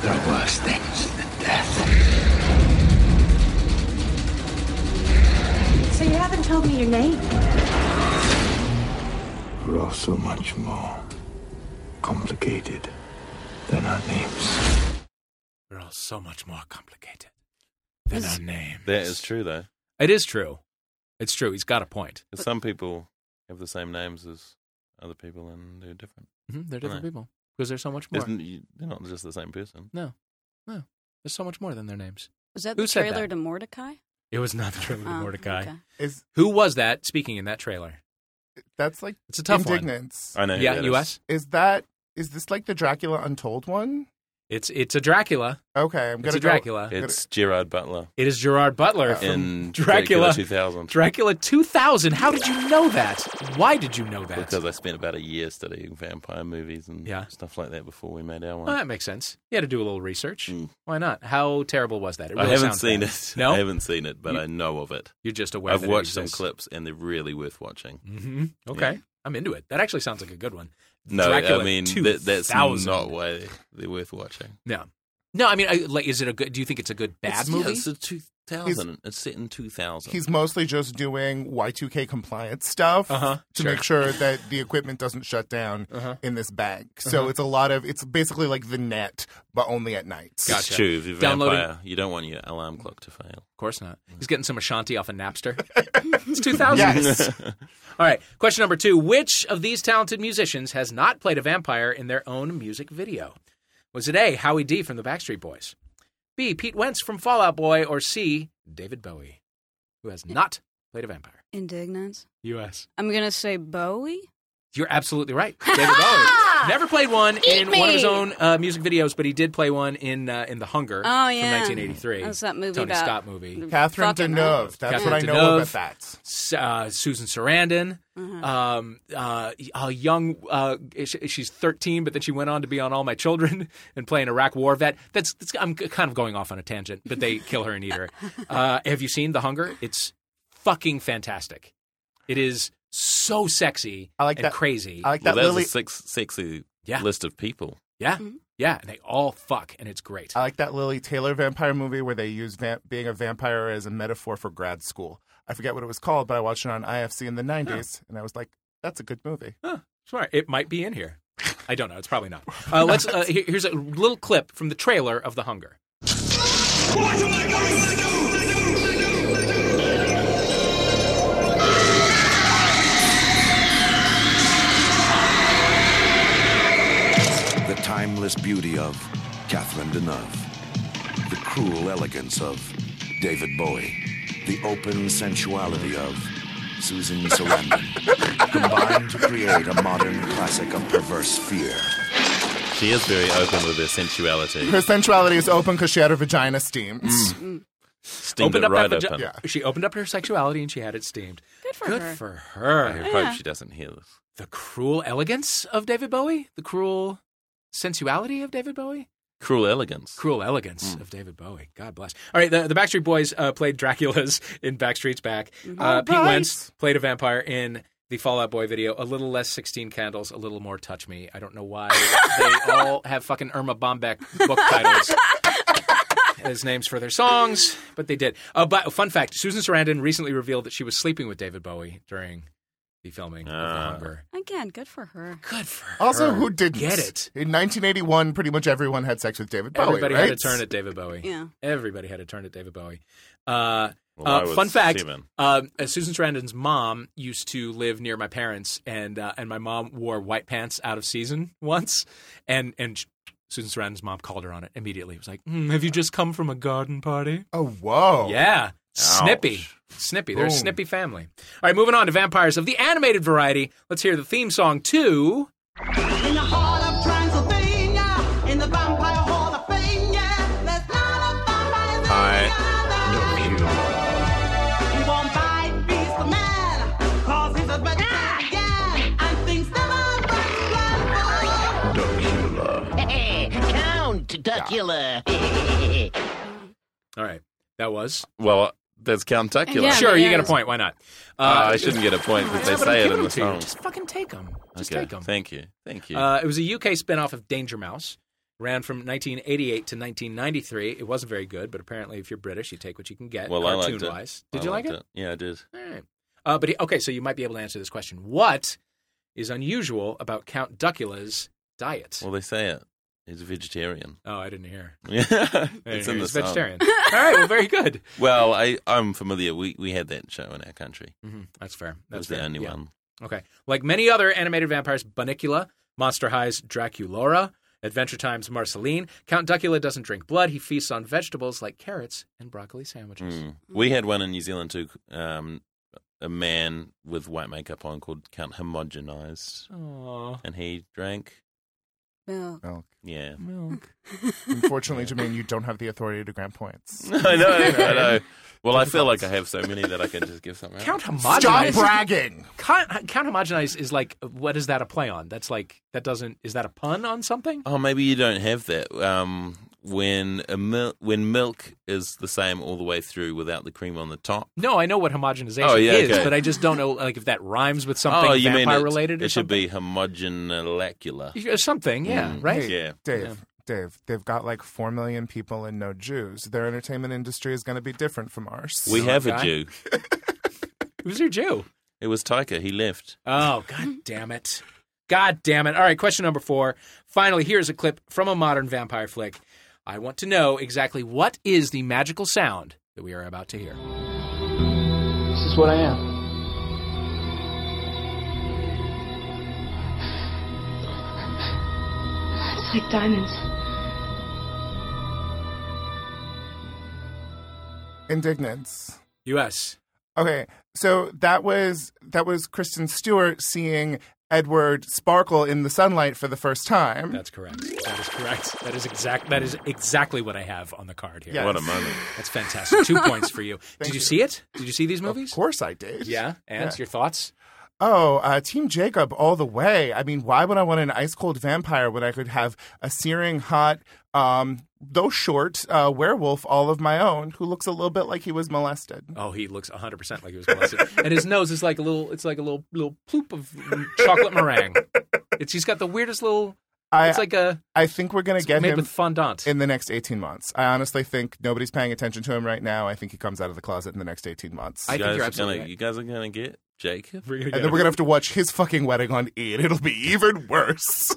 [SPEAKER 14] There are worse things than death.
[SPEAKER 15] So you haven't told me your name?
[SPEAKER 5] We're all so much more complicated than our names.
[SPEAKER 1] They're all so much more complicated
[SPEAKER 2] than
[SPEAKER 1] our name.
[SPEAKER 2] That is true, though.
[SPEAKER 1] It is true. It's true. He's got a point.
[SPEAKER 2] 'Cause Some people have the same names as other people, and they're different.
[SPEAKER 1] Mhm, they're different
[SPEAKER 2] Right.
[SPEAKER 1] people because there's so much more.
[SPEAKER 2] Isn't- you- they're not just the same person.
[SPEAKER 1] No, no. There's so much more than their names.
[SPEAKER 4] Was that
[SPEAKER 1] Who
[SPEAKER 4] the
[SPEAKER 1] said
[SPEAKER 4] trailer
[SPEAKER 1] that?
[SPEAKER 4] to Mordecai?
[SPEAKER 1] It was not the trailer to
[SPEAKER 4] Oh,
[SPEAKER 1] Mordecai.
[SPEAKER 4] okay.
[SPEAKER 3] Is-
[SPEAKER 1] Who was that speaking in that trailer?
[SPEAKER 3] That's like
[SPEAKER 1] It's a tough one.
[SPEAKER 3] indignance.
[SPEAKER 2] I know who
[SPEAKER 1] Yeah,
[SPEAKER 2] that is.
[SPEAKER 1] U.S.
[SPEAKER 3] Is that is this like the Dracula Untold one?
[SPEAKER 1] It's it's a Dracula.
[SPEAKER 3] Okay, I'm
[SPEAKER 1] It's
[SPEAKER 3] gonna
[SPEAKER 1] a Dracula.
[SPEAKER 3] Go,
[SPEAKER 2] It's Gerard Butler.
[SPEAKER 1] It is Gerard Butler from
[SPEAKER 2] In
[SPEAKER 1] Dracula
[SPEAKER 2] Dracula 2000.
[SPEAKER 1] Dracula 2000. How did you know that? Why did you know that?
[SPEAKER 2] Because I spent about a year studying vampire movies and stuff like that before we made our one.
[SPEAKER 1] Well, Oh, that makes sense. You had to do a little research. Why not? How terrible was that? It
[SPEAKER 2] Hmm. I
[SPEAKER 1] really
[SPEAKER 2] haven't
[SPEAKER 1] sounds
[SPEAKER 2] seen
[SPEAKER 1] bad.
[SPEAKER 2] it.
[SPEAKER 1] No,
[SPEAKER 2] I haven't seen it, but
[SPEAKER 1] You-
[SPEAKER 2] I know of it.
[SPEAKER 1] You're just aware
[SPEAKER 2] I've
[SPEAKER 1] that it
[SPEAKER 2] watched some
[SPEAKER 1] exists.
[SPEAKER 2] clips, and they're really worth watching.
[SPEAKER 1] hmm Okay, I'm into it. That actually sounds like a good one.
[SPEAKER 2] No,
[SPEAKER 1] Dracula
[SPEAKER 2] I mean
[SPEAKER 1] 2000.
[SPEAKER 2] that, that's not why they- they're worth watching.
[SPEAKER 1] No, no. I mean, I, like, is it a good? Do you think it's a good bad
[SPEAKER 2] It's- yeah,
[SPEAKER 1] movie?
[SPEAKER 2] it's a 2000. it's set in 2000.
[SPEAKER 3] He's mostly just doing Y2K compliance stuff
[SPEAKER 2] Uh-huh,
[SPEAKER 3] to
[SPEAKER 2] sure.
[SPEAKER 3] make sure that the equipment doesn't shut down in this bag. So
[SPEAKER 2] Uh-huh.
[SPEAKER 3] it's a lot of it's basically like the net, but only at night.
[SPEAKER 2] It's true. If you're a
[SPEAKER 1] Downloading-
[SPEAKER 2] vampire, you don't want your alarm clock to fail.
[SPEAKER 1] Of course not. He's getting some Ashanti off a Napster. it's 2000.
[SPEAKER 2] Yes.
[SPEAKER 1] All right. Question number two Which of these talented musicians has not played a vampire in their own music video? Was it A, Howie D from the Backstreet Boys? B, Pete Wentz from Fallout Boy? Or C, David Bowie, who has not played a vampire?
[SPEAKER 4] Indignance.
[SPEAKER 1] U.S.
[SPEAKER 4] I'm gonna say Bowie.
[SPEAKER 1] You're absolutely right. David Bowie. Never played one
[SPEAKER 4] Eat
[SPEAKER 1] in one of his
[SPEAKER 4] me.
[SPEAKER 1] own uh, music videos, but he did play one in uh, in The Hunger
[SPEAKER 4] Oh, yeah.
[SPEAKER 1] from 1983.
[SPEAKER 4] That's that movie
[SPEAKER 1] Tony
[SPEAKER 4] about-
[SPEAKER 1] Scott movie.
[SPEAKER 3] Catherine
[SPEAKER 4] Fucking
[SPEAKER 3] Deneuve. That's
[SPEAKER 1] Catherine
[SPEAKER 3] what I know
[SPEAKER 1] Deneuve,
[SPEAKER 3] about that.
[SPEAKER 1] S- Uh, Susan Sarandon,
[SPEAKER 3] Mm-hmm.
[SPEAKER 1] um, uh, a young, uh, sh- she's 13, but then she went on to be on All My Children and play an Iraq war vet. That's, that's I'm g- kind of going off on a tangent, but they kill her and eat her. Uh, have you seen The Hunger? It's fucking fantastic. It is so sexy
[SPEAKER 3] I like
[SPEAKER 1] and
[SPEAKER 3] that-
[SPEAKER 1] crazy.
[SPEAKER 3] I like
[SPEAKER 2] Well, that was a six, sexy
[SPEAKER 1] Yeah.
[SPEAKER 2] list of people.
[SPEAKER 1] Yeah,
[SPEAKER 3] Mm-hmm.
[SPEAKER 1] yeah, and they all fuck, and it's great.
[SPEAKER 3] I like that Lily Taylor vampire movie where they use vamp- being a vampire as a metaphor for grad school. I forget what it was called, but I watched it on IFC in the 90s, and I was like, that's a good movie.
[SPEAKER 1] Smart. It might be in here. I don't know. It's probably not. Uh, let's. Uh, here- here's a little clip from the trailer of The Hunger.
[SPEAKER 12] The timeless beauty of Catherine Deneuve. The cruel elegance of David Bowie.
[SPEAKER 15] the open sensuality of Susan Sarandon combined to create a modern classic of perverse fear.
[SPEAKER 2] She is very open with her sensuality.
[SPEAKER 3] Her sensuality is open because she had her vagina steamed.
[SPEAKER 2] Mm. Steamed
[SPEAKER 1] opened
[SPEAKER 2] it
[SPEAKER 1] up
[SPEAKER 2] right
[SPEAKER 1] that vagi-
[SPEAKER 2] open.
[SPEAKER 1] Yeah. She opened up her sexuality and she had it steamed. Good
[SPEAKER 4] for her.
[SPEAKER 1] for her.
[SPEAKER 2] I hope Yeah. she doesn't hear this.
[SPEAKER 1] The cruel elegance of David Bowie. The cruel sensuality of David Bowie.
[SPEAKER 2] Cruel elegance. Mm.
[SPEAKER 1] Cruel elegance of David Bowie. God bless. All right, the, the Backstreet Boys uh, played Dracula's in Backstreet's Back. Uh,
[SPEAKER 2] Oh,
[SPEAKER 1] Pete
[SPEAKER 2] right.
[SPEAKER 1] Wentz played a vampire in the Fallout Boy video. A little less 16 Candles, a little more Touch Me. I don't know why they all have fucking Irma Bombeck book titles as names for their songs, but they did. Uh, but fun fact: Susan Sarandon recently revealed that she was sleeping with David Bowie during the filming of
[SPEAKER 2] Ah.
[SPEAKER 1] The Hunger.
[SPEAKER 4] Again, good for her.
[SPEAKER 1] Good for her.
[SPEAKER 3] Also, who didn't?
[SPEAKER 1] Get it.
[SPEAKER 3] In 1981, pretty much everyone had sex with David Bowie,
[SPEAKER 1] Everybody
[SPEAKER 3] right?
[SPEAKER 1] had a turn at David Bowie.
[SPEAKER 4] Yeah.
[SPEAKER 1] Everybody had a turn at David Bowie. Uh,
[SPEAKER 2] Well,
[SPEAKER 1] uh,
[SPEAKER 2] I was
[SPEAKER 1] fun fact:
[SPEAKER 2] seven.
[SPEAKER 1] uh, uh, Susan Sarandon's mom used to live near my parents, and uh, and my mom wore white pants out of season once, and and sh- Susan Sarandon's mom called her on it immediately. It was like, "Hmm, "Have you just come from a garden party?"
[SPEAKER 3] Oh, whoa!
[SPEAKER 1] Yeah, snippy, snippy. They're a
[SPEAKER 3] Boom.
[SPEAKER 1] snippy family. All right, moving on to vampires of the animated variety. Let's hear the theme song to
[SPEAKER 16] In the heart of Transylvania, in the vampire hall of fame, yeah. There's not a vampire that he won't bite beast the man, 'cause he's a vegetarian and thinks never runs
[SPEAKER 17] Count Duckula.
[SPEAKER 1] All right, that was.
[SPEAKER 2] Well, that's Count Duckula.
[SPEAKER 1] Yeah, Sure, that you get a is. point. Why not?
[SPEAKER 2] Uh, I shouldn't get a point because they
[SPEAKER 1] Yeah, but
[SPEAKER 2] say
[SPEAKER 1] I'm
[SPEAKER 2] it in
[SPEAKER 1] giving
[SPEAKER 2] the
[SPEAKER 1] to you.
[SPEAKER 2] song.
[SPEAKER 1] Just fucking take them. Just
[SPEAKER 2] okay.
[SPEAKER 1] take them.
[SPEAKER 2] Thank you. Thank you.
[SPEAKER 1] Uh, it was a UK spin-off of Danger Mouse. Ran from 1988 to 1993. It wasn't very good, but apparently, if you're British, you take what you can get.
[SPEAKER 2] well, I
[SPEAKER 1] cartoon
[SPEAKER 2] liked it.
[SPEAKER 1] wise, did
[SPEAKER 2] I
[SPEAKER 1] you like
[SPEAKER 2] liked
[SPEAKER 1] it?
[SPEAKER 2] Yeah, I did.
[SPEAKER 1] All right. Uh, but he- okay, so you might be able to answer this question. What is unusual about Count Duckula's diet?
[SPEAKER 2] Well, they say it. He's a vegetarian.
[SPEAKER 1] Oh, I didn't hear.
[SPEAKER 2] Yeah,
[SPEAKER 1] I didn't
[SPEAKER 2] it's
[SPEAKER 1] hear.
[SPEAKER 2] in the
[SPEAKER 1] He's
[SPEAKER 2] song.
[SPEAKER 1] vegetarian. All right, well, very good.
[SPEAKER 2] Well, I I'm familiar. We we had that show in our country.
[SPEAKER 1] Mhm, That's fair.
[SPEAKER 2] That
[SPEAKER 1] That's
[SPEAKER 2] was the
[SPEAKER 1] fair,
[SPEAKER 2] only
[SPEAKER 1] yeah.
[SPEAKER 2] one.
[SPEAKER 1] Okay. Like many other animated vampires, Bunnicula, Monster High's Draculaura, Adventure Time's Marceline, Count Duckula doesn't drink blood. He feasts on vegetables like carrots and broccoli sandwiches.
[SPEAKER 2] Mm. We had one in New Zealand too. Um, a man with white makeup on called Count Homogenized,
[SPEAKER 1] Aw.
[SPEAKER 2] and he drank.
[SPEAKER 4] Milk.
[SPEAKER 3] Milk.
[SPEAKER 2] Yeah,
[SPEAKER 1] Milk.
[SPEAKER 3] Unfortunately, Jermaine, you don't have the authority to grant points.
[SPEAKER 2] I know. I know. Well, I feel like I have so many that I can just give something. out.
[SPEAKER 1] Count homogenized.
[SPEAKER 3] Stop bragging.
[SPEAKER 1] Count, count homogenized is like, what is that a play on? That's like, that doesn't, is that a pun on something?
[SPEAKER 2] Oh, maybe you don't have that. Um, when a mil- when milk is the same all the way through without the cream on the top.
[SPEAKER 1] No, I know what homogenization
[SPEAKER 2] Oh, yeah,
[SPEAKER 1] is,
[SPEAKER 2] okay.
[SPEAKER 1] but I just don't know like if that rhymes with something
[SPEAKER 2] oh, you
[SPEAKER 1] vampire
[SPEAKER 2] mean it,
[SPEAKER 1] related or
[SPEAKER 2] It should
[SPEAKER 1] something.
[SPEAKER 2] be homogenolacular.
[SPEAKER 1] Yeah, Something, yeah,
[SPEAKER 2] Mm,
[SPEAKER 1] right?
[SPEAKER 2] Yeah.
[SPEAKER 3] Dave, Dave, they've got like four million people and no Jews. Their entertainment industry is going to be different from ours.
[SPEAKER 2] We have a Jew.
[SPEAKER 1] Who's your Jew?
[SPEAKER 2] It was Tyker. He left.
[SPEAKER 1] Oh, god damn it. God damn it. All right, question number four. Finally, here's a clip from a modern vampire flick. I want to know exactly what is the magical sound that we are about to hear.
[SPEAKER 14] This is what I am.
[SPEAKER 13] It's like diamonds.
[SPEAKER 3] Indignance.
[SPEAKER 1] U.S.
[SPEAKER 3] Okay, so that was that was Kristen Stewart seeing Edward sparkle in the sunlight for the first time.
[SPEAKER 1] That's correct. That is correct. That is exact that is exactly what I have on the card here.
[SPEAKER 3] Yes. What a moment.
[SPEAKER 1] That's fantastic. Two points for you. Did
[SPEAKER 3] Thank
[SPEAKER 1] you,
[SPEAKER 3] you.
[SPEAKER 1] see it? Did you see these movies? Of
[SPEAKER 3] course I did.
[SPEAKER 1] Yeah. And
[SPEAKER 3] Yeah.
[SPEAKER 1] your thoughts?
[SPEAKER 3] Oh, uh, Team Jacob all the way. I mean, why would I want an ice cold vampire when I could have a searing hot, um, though short, uh, werewolf all of my own who looks a little bit like he was molested?
[SPEAKER 1] Oh, he looks 100% like he was molested. and his nose is like a little it's like a little little ploop of chocolate meringue. It's he's got the weirdest little
[SPEAKER 3] I-
[SPEAKER 1] it's like a
[SPEAKER 3] I think we're going to get
[SPEAKER 1] made
[SPEAKER 3] him
[SPEAKER 1] with fondant
[SPEAKER 3] in the next 18 months. I honestly think nobody's paying attention to him right now. I think he comes out of the closet in the next 18 months.
[SPEAKER 2] You guys are gonna, You guys are going to get Jacob.
[SPEAKER 3] and then we're going to have to watch his fucking wedding on Eid. It'll be even worse.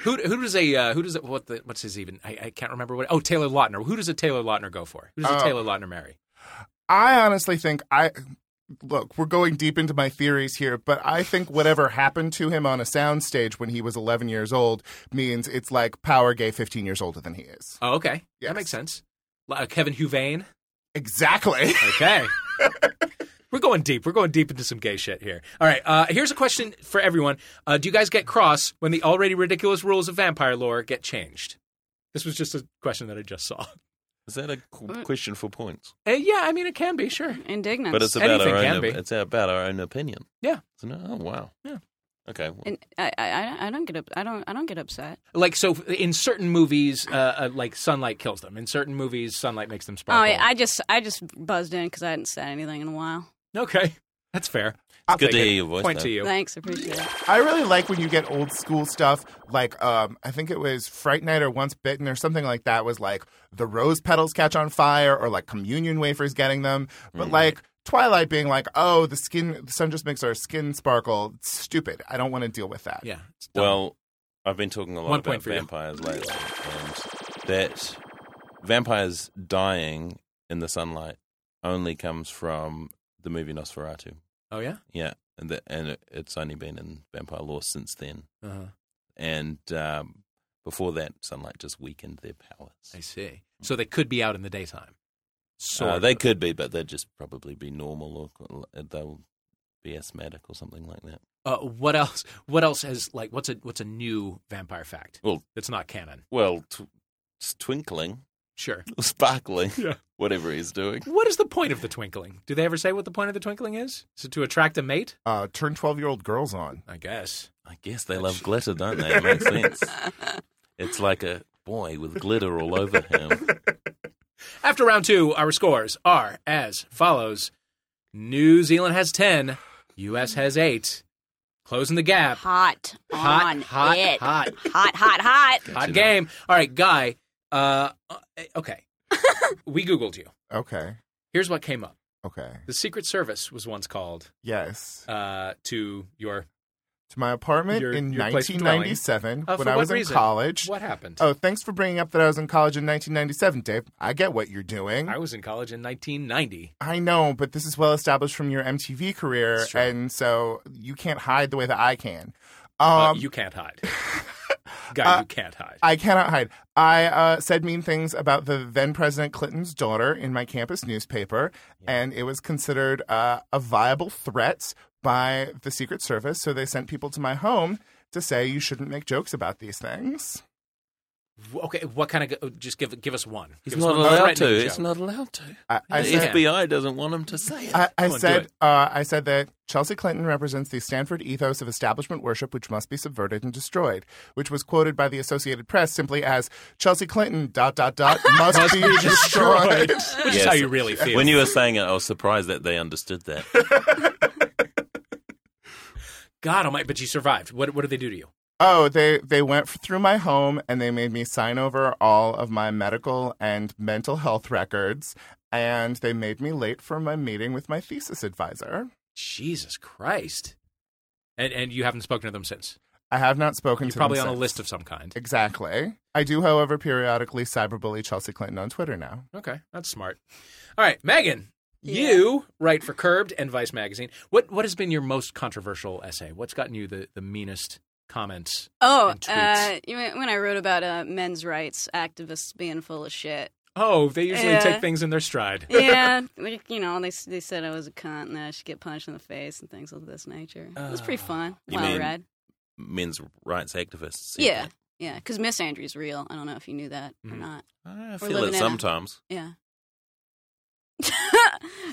[SPEAKER 1] Who who does a uh, who does a, what the, what's his even I, I can't remember what oh Taylor Lautner who does a Taylor Lautner go for who does a
[SPEAKER 3] Oh.
[SPEAKER 1] Taylor Lautner marry
[SPEAKER 3] I honestly think I look, we're going deep into my theories here, but I think whatever happened to him on a soundstage when he was 11 years old means it's like power gay 15 years older than he is.
[SPEAKER 1] oh okay that makes sense Li- uh, Kevin Huvain
[SPEAKER 3] Exactly.
[SPEAKER 1] Okay. We're going deep. We're going deep into some gay shit here. All right. Uh, here's a question for everyone. Uh, do you guys get cross when the already ridiculous rules of vampire lore get changed? This was just a question that I just saw.
[SPEAKER 2] Is that a qu-
[SPEAKER 1] What?
[SPEAKER 2] question for points?
[SPEAKER 1] Uh, yeah, I mean, it can be, sure.
[SPEAKER 4] Indignant.
[SPEAKER 2] But it's about
[SPEAKER 1] Anything
[SPEAKER 2] our
[SPEAKER 1] can
[SPEAKER 2] own.
[SPEAKER 1] be.
[SPEAKER 2] It's about our own opinion.
[SPEAKER 1] Yeah.
[SPEAKER 2] Isn't it? Oh wow.
[SPEAKER 1] Yeah.
[SPEAKER 2] Okay. well,
[SPEAKER 4] And I, I, I don't get up, I don't I don't get upset.
[SPEAKER 1] Like, so in certain movies, uh, uh, like sunlight kills them. In certain movies, sunlight makes them
[SPEAKER 4] Oh,
[SPEAKER 1] sparkle.
[SPEAKER 4] yeah, I just I just buzzed in because I hadn't said anything in a while.
[SPEAKER 1] Okay. That's fair.
[SPEAKER 2] It's good to hear your voice.
[SPEAKER 1] Point
[SPEAKER 2] though.
[SPEAKER 1] to you.
[SPEAKER 4] Thanks, appreciate it.
[SPEAKER 3] I really like when you get old school stuff, like um, I think it was Fright Night or Once Bitten or something like that. Was like the rose petals catch on fire, or like communion wafers getting them. But
[SPEAKER 2] Mm.
[SPEAKER 3] like Twilight being like, oh, the skin, the sun just makes our skin sparkle. It's stupid. I don't want to deal with that.
[SPEAKER 1] Yeah.
[SPEAKER 2] Well, I've been talking a lot
[SPEAKER 1] One
[SPEAKER 2] about
[SPEAKER 1] point for you.
[SPEAKER 2] vampires lately, and that vampires dying in the sunlight only comes from the movie Nosferatu.
[SPEAKER 1] Oh, yeah?
[SPEAKER 2] Yeah, and the, and it- it's only been in vampire lore since then.
[SPEAKER 1] Uh-huh.
[SPEAKER 2] And um, before that, sunlight just weakened their powers.
[SPEAKER 1] I see. So they could be out in the daytime. So
[SPEAKER 2] Uh, they could be, but they'd just probably be normal, or uh, they'll be asthmatic or something like that.
[SPEAKER 1] Uh, what else? What else has like what's a what's a new vampire fact?
[SPEAKER 2] Well-
[SPEAKER 1] that's not canon.
[SPEAKER 2] Well, tw- it's twinkling,
[SPEAKER 1] Sure.
[SPEAKER 2] sparkling,
[SPEAKER 1] Yeah.
[SPEAKER 2] whatever he's doing.
[SPEAKER 1] What is the point of the twinkling? Do they ever say what the point of the twinkling is? Is it to attract a mate?
[SPEAKER 3] Uh, turn twelve year old girls on.
[SPEAKER 1] I guess.
[SPEAKER 2] I guess they love glitter, don't they? It makes sense. It's like a boy with glitter all over him.
[SPEAKER 1] After round two, our scores are as follows: New Zealand has ten, U.S. has eight, closing the gap.
[SPEAKER 4] Hot,
[SPEAKER 1] Hot,
[SPEAKER 4] on
[SPEAKER 1] hot,
[SPEAKER 4] it.
[SPEAKER 1] hot.
[SPEAKER 4] hot, hot, hot.
[SPEAKER 1] Hot game. All right, guy. Uh, uh, okay, we googled you.
[SPEAKER 3] Okay.
[SPEAKER 1] Here's what came up:
[SPEAKER 3] Okay.
[SPEAKER 1] the Secret Service was once called
[SPEAKER 3] Yes.
[SPEAKER 1] uh, to your
[SPEAKER 3] To my apartment
[SPEAKER 1] Your-
[SPEAKER 3] in
[SPEAKER 1] your place of
[SPEAKER 3] 1997
[SPEAKER 1] dwelling. Uh,
[SPEAKER 3] when
[SPEAKER 1] for
[SPEAKER 3] I
[SPEAKER 1] what
[SPEAKER 3] was in
[SPEAKER 1] reason?
[SPEAKER 3] college.
[SPEAKER 1] What happened?
[SPEAKER 3] Oh, thanks for bringing up that I was in college in 1997, Dave. I get what you're doing.
[SPEAKER 1] I was in college in 1990.
[SPEAKER 3] I know, but this is well established from your MTV career,
[SPEAKER 1] That's true.
[SPEAKER 3] and so you can't hide the way that I can.
[SPEAKER 1] Uh,
[SPEAKER 3] Um, Uh,
[SPEAKER 1] you can't hide. Guy, you can't hide.
[SPEAKER 3] I cannot hide. I uh, said mean things about the then President Clinton's daughter in my campus newspaper, and it was considered uh, a viable threat by the Secret Service. So they sent people to my home to say you shouldn't make jokes about these things.
[SPEAKER 1] W- Okay, what kind of? go- Just give give us one.
[SPEAKER 2] He's
[SPEAKER 1] Give us
[SPEAKER 2] not
[SPEAKER 1] one
[SPEAKER 2] allowed
[SPEAKER 1] threatening
[SPEAKER 2] to.
[SPEAKER 1] joke.
[SPEAKER 2] He's not allowed to.
[SPEAKER 3] I, I
[SPEAKER 2] the
[SPEAKER 3] said-
[SPEAKER 2] FBI doesn't want him to say it.
[SPEAKER 3] I, I
[SPEAKER 2] Come on, do
[SPEAKER 3] said
[SPEAKER 2] it.
[SPEAKER 3] uh, I said that Chelsea Clinton represents the Stanford ethos of establishment worship, which must be subverted and destroyed, which was quoted by the Associated Press simply as Chelsea Clinton dot dot dot must, be
[SPEAKER 1] Which
[SPEAKER 3] destroyed.
[SPEAKER 1] is
[SPEAKER 2] Yes.
[SPEAKER 1] how you really feel.
[SPEAKER 2] When you were saying it, I was surprised that they understood that.
[SPEAKER 1] God Almighty! But you survived. What what did they do to you?
[SPEAKER 3] Oh, they they went through my home and they made me sign over all of my medical and mental health records, and they made me late for my meeting with my thesis advisor.
[SPEAKER 1] Jesus Christ! And and you haven't spoken to them since.
[SPEAKER 3] I have not spoken
[SPEAKER 1] You're
[SPEAKER 3] to
[SPEAKER 1] probably
[SPEAKER 3] them
[SPEAKER 1] on a
[SPEAKER 3] since.
[SPEAKER 1] list of some kind.
[SPEAKER 3] Exactly. I do, however, periodically cyberbully Chelsea Clinton on Twitter now.
[SPEAKER 1] Okay, that's smart. All right, Megan, you write for Curbed and Vice magazine. What what has been your most controversial essay? What's gotten you the the meanest comments?
[SPEAKER 4] Oh,
[SPEAKER 1] and tweets?
[SPEAKER 4] uh, you mean- when I wrote about uh, men's rights activists being full of shit.
[SPEAKER 1] oh, they usually
[SPEAKER 4] yeah.
[SPEAKER 1] take things in their stride.
[SPEAKER 4] Yeah, we- you know, they they said I was a cunt and I should get punched in the face and things of this nature. it was
[SPEAKER 1] Uh,
[SPEAKER 4] pretty fun.
[SPEAKER 2] You
[SPEAKER 4] well
[SPEAKER 2] mean
[SPEAKER 4] read.
[SPEAKER 2] men's rights activists?
[SPEAKER 4] Yeah, yeah. Because Miss Andrew's real. I don't know if you knew that or
[SPEAKER 1] Mm-hmm.
[SPEAKER 2] Mhm.
[SPEAKER 4] not.
[SPEAKER 2] I
[SPEAKER 4] We're
[SPEAKER 2] feel
[SPEAKER 4] living
[SPEAKER 2] it
[SPEAKER 4] in a-
[SPEAKER 2] sometimes.
[SPEAKER 4] yeah.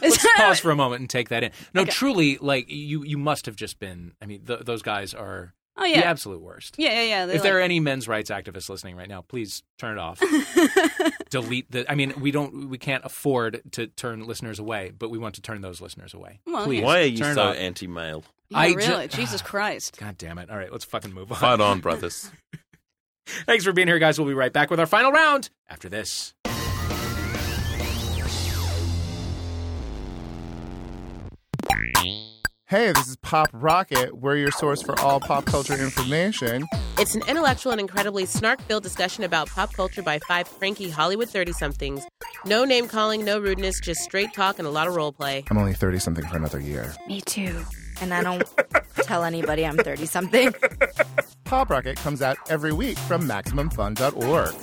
[SPEAKER 1] Let's pause for a moment and take that in. No,
[SPEAKER 4] Okay.
[SPEAKER 1] truly, like you, you must have just been. I mean, th- those guys are
[SPEAKER 4] Oh, yeah.
[SPEAKER 1] the absolute worst.
[SPEAKER 4] Yeah, yeah, yeah.
[SPEAKER 1] If
[SPEAKER 4] they're
[SPEAKER 1] there are
[SPEAKER 4] like-
[SPEAKER 1] any men's rights activists listening right now, please turn it off. Delete the. I mean, we don't. We can't afford to turn listeners away, but we want to turn those listeners away.
[SPEAKER 4] Well,
[SPEAKER 1] please.
[SPEAKER 4] yeah.
[SPEAKER 2] Why are you
[SPEAKER 1] turn it
[SPEAKER 2] so
[SPEAKER 1] off.
[SPEAKER 2] anti-male?
[SPEAKER 4] Yeah,
[SPEAKER 1] I ju-
[SPEAKER 4] really, Jesus Christ.
[SPEAKER 1] God damn it! All right, let's fucking move on.
[SPEAKER 2] Fight on, brothers.
[SPEAKER 1] Thanks for being here, guys. We'll be right back with our final round after this.
[SPEAKER 3] Hey, this is Pop Rocket. We're your source for all pop culture information.
[SPEAKER 17] It's an intellectual and incredibly snark filled discussion about pop culture by five cranky Hollywood 30 somethings. No name calling, no rudeness, just straight talk and a lot of role play.
[SPEAKER 3] I'm only 30 something for another year.
[SPEAKER 18] Me too. And I don't tell anybody I'm 30 something.
[SPEAKER 3] Pop Rocket comes out every week from MaximumFun.org.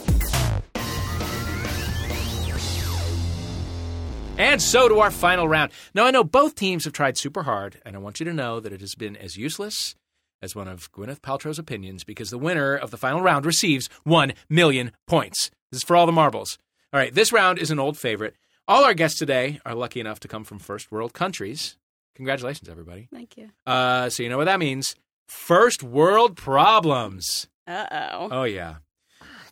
[SPEAKER 1] And so to our final round. Now, I know both teams have tried super hard, and I want you to know that it has been as useless as one of Gwyneth Paltrow's opinions because the winner of the final round receives 1 million points. This is for all the marbles. All right, this round is an old favorite. All our guests today are lucky enough to come from first world countries. Congratulations, everybody.
[SPEAKER 4] Thank you.
[SPEAKER 1] Uh, so you know what that means. First world problems.
[SPEAKER 4] Uh oh.
[SPEAKER 1] Oh yeah.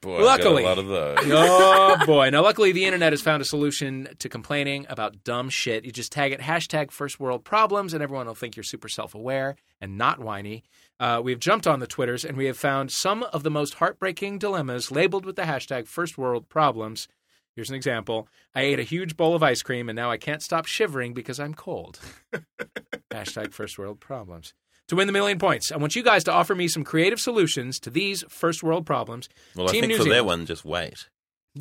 [SPEAKER 2] Boy, I've got
[SPEAKER 1] luckily,
[SPEAKER 2] a lot of those.
[SPEAKER 1] oh boy! Now, luckily, the internet has found a solution to complaining about dumb shit. You just tag it hashtag first world problems, and everyone will think you're super self aware and not whiny. Uh, we've jumped on the twitters, and we have found some of the most heartbreaking dilemmas labeled with the hashtag first world problems. Here's an example: I ate a huge bowl of ice cream, and now I can't stop shivering because I'm cold. Hashtag first world problems. To win the million points, I want you guys to offer me some creative solutions to these first world problems.
[SPEAKER 2] Well, I
[SPEAKER 1] Team
[SPEAKER 2] think
[SPEAKER 1] New
[SPEAKER 2] for that
[SPEAKER 1] Zealand-
[SPEAKER 2] one, just wait.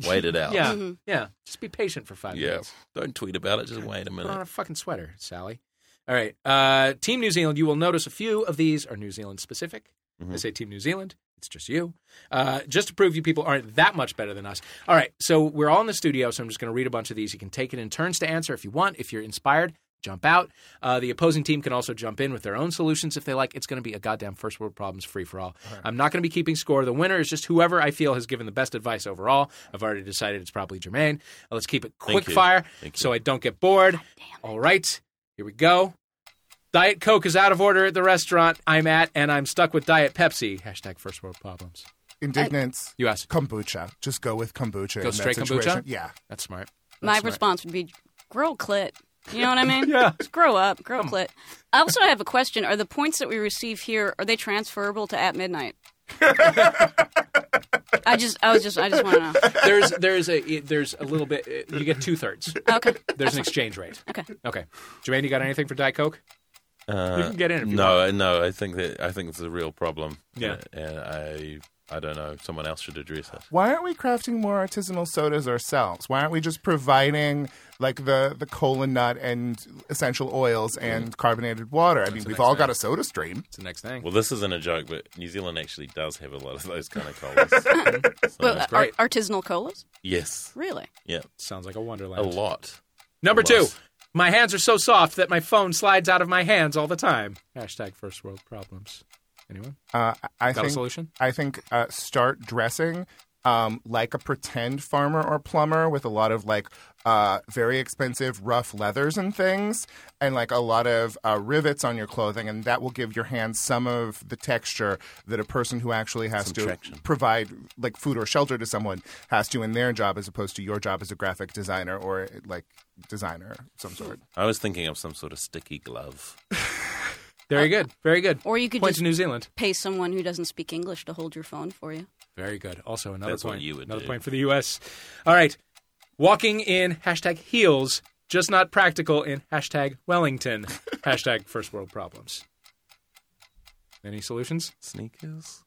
[SPEAKER 2] Wait it out.
[SPEAKER 1] Yeah, yeah. Just be patient for five
[SPEAKER 2] Yeah.
[SPEAKER 1] minutes.
[SPEAKER 2] Don't tweet about it. Just wait a
[SPEAKER 1] Put on
[SPEAKER 2] minute.
[SPEAKER 1] a fucking sweater, Sally. All right. Uh, Team New Zealand, you will notice a few of these are New Zealand specific.
[SPEAKER 2] Mm-hmm.
[SPEAKER 1] I say Team New Zealand. It's just you. Uh, just to prove you people aren't that much better than us. All right. So we're all in the studio, so I'm just going to read a bunch of these. You can take it in turns to answer if you want. If you're inspired, jump out. Uh, the opposing team can also jump in with their own solutions if they like. It's going to be a goddamn first world problems free for all. I'm not going to be keeping score. The winner is just whoever I feel has given the best advice overall. I've already decided it's probably Jermaine. Uh, Let's keep it
[SPEAKER 2] Thank
[SPEAKER 1] quick
[SPEAKER 2] you.
[SPEAKER 1] fire
[SPEAKER 2] Thank
[SPEAKER 1] so I don't get bored. All right. Here we go. Diet Coke is out of order at the restaurant I'm at, and I'm stuck with Diet Pepsi. Hashtag first world problems.
[SPEAKER 3] Indignance.
[SPEAKER 1] U.S.
[SPEAKER 3] Kombucha. Just go with kombucha.
[SPEAKER 1] Uh, Go
[SPEAKER 3] in that
[SPEAKER 1] straight
[SPEAKER 3] situation.
[SPEAKER 1] kombucha?
[SPEAKER 3] Yeah.
[SPEAKER 1] That's smart.
[SPEAKER 4] My response would be grow clit. You know what I mean? yeah. Just grow up, grow clit. I also have a question. Are the points that we receive here are they transferable to at midnight? I just I was just I just want to know.
[SPEAKER 1] there's there's a there's a little bit. You get two thirds.
[SPEAKER 4] Okay.
[SPEAKER 1] There's an exchange rate.
[SPEAKER 4] Okay.
[SPEAKER 1] Okay. Jermaine, you got anything for Diet Coke?
[SPEAKER 2] Uh,
[SPEAKER 1] You can get in if you
[SPEAKER 2] no, I- no. I think that I think it's a real problem. Uh,
[SPEAKER 1] Yeah.
[SPEAKER 2] and I I don't know. Someone else should address it.
[SPEAKER 3] Why aren't we crafting more artisanal sodas ourselves? Why aren't we just providing like the the cola nut and essential
[SPEAKER 1] Mm-hmm.
[SPEAKER 3] oils and carbonated water? I mean, we've all got a soda stream.
[SPEAKER 1] It's the next thing.
[SPEAKER 2] Well, this isn't a joke, but New Zealand actually does have a lot of those kind of colas. So-
[SPEAKER 4] Well, uh, ar- artisanal colas?
[SPEAKER 2] yes.
[SPEAKER 4] Really?
[SPEAKER 2] Yeah.
[SPEAKER 1] Sounds like a wonderland.
[SPEAKER 2] A lot.
[SPEAKER 1] Number
[SPEAKER 2] A lot.
[SPEAKER 1] two. My hands are so soft that my phone slides out of my hands all the time. Hashtag first world problems. Anyone?
[SPEAKER 3] Uh, I I
[SPEAKER 1] Got a
[SPEAKER 3] think,
[SPEAKER 1] solution?
[SPEAKER 3] I think uh, start dressing um, like a pretend farmer or plumber with a lot of like uh, very expensive rough leathers and things, and like a lot of uh, rivets on your clothing, and that will give your hands some of the texture that a person who actually has
[SPEAKER 2] Some
[SPEAKER 3] to
[SPEAKER 2] traction.
[SPEAKER 3] provide like food or shelter to someone has to in their job, as opposed to your job as a graphic designer or like designer of some sort.
[SPEAKER 2] I was thinking of some sort of sticky glove.
[SPEAKER 1] Very good. Very good.
[SPEAKER 4] Or you could
[SPEAKER 1] Point
[SPEAKER 4] just
[SPEAKER 1] to New Zealand.
[SPEAKER 4] pay someone who doesn't speak English to hold your phone for you.
[SPEAKER 1] Very good. Also, another
[SPEAKER 2] That's what
[SPEAKER 1] point.
[SPEAKER 2] you would
[SPEAKER 1] another
[SPEAKER 2] do.
[SPEAKER 1] point for the U.S. All right, walking in hashtag heels, just not practical in hashtag Wellington hashtag first world problems. Any solutions?
[SPEAKER 2] Sneakers.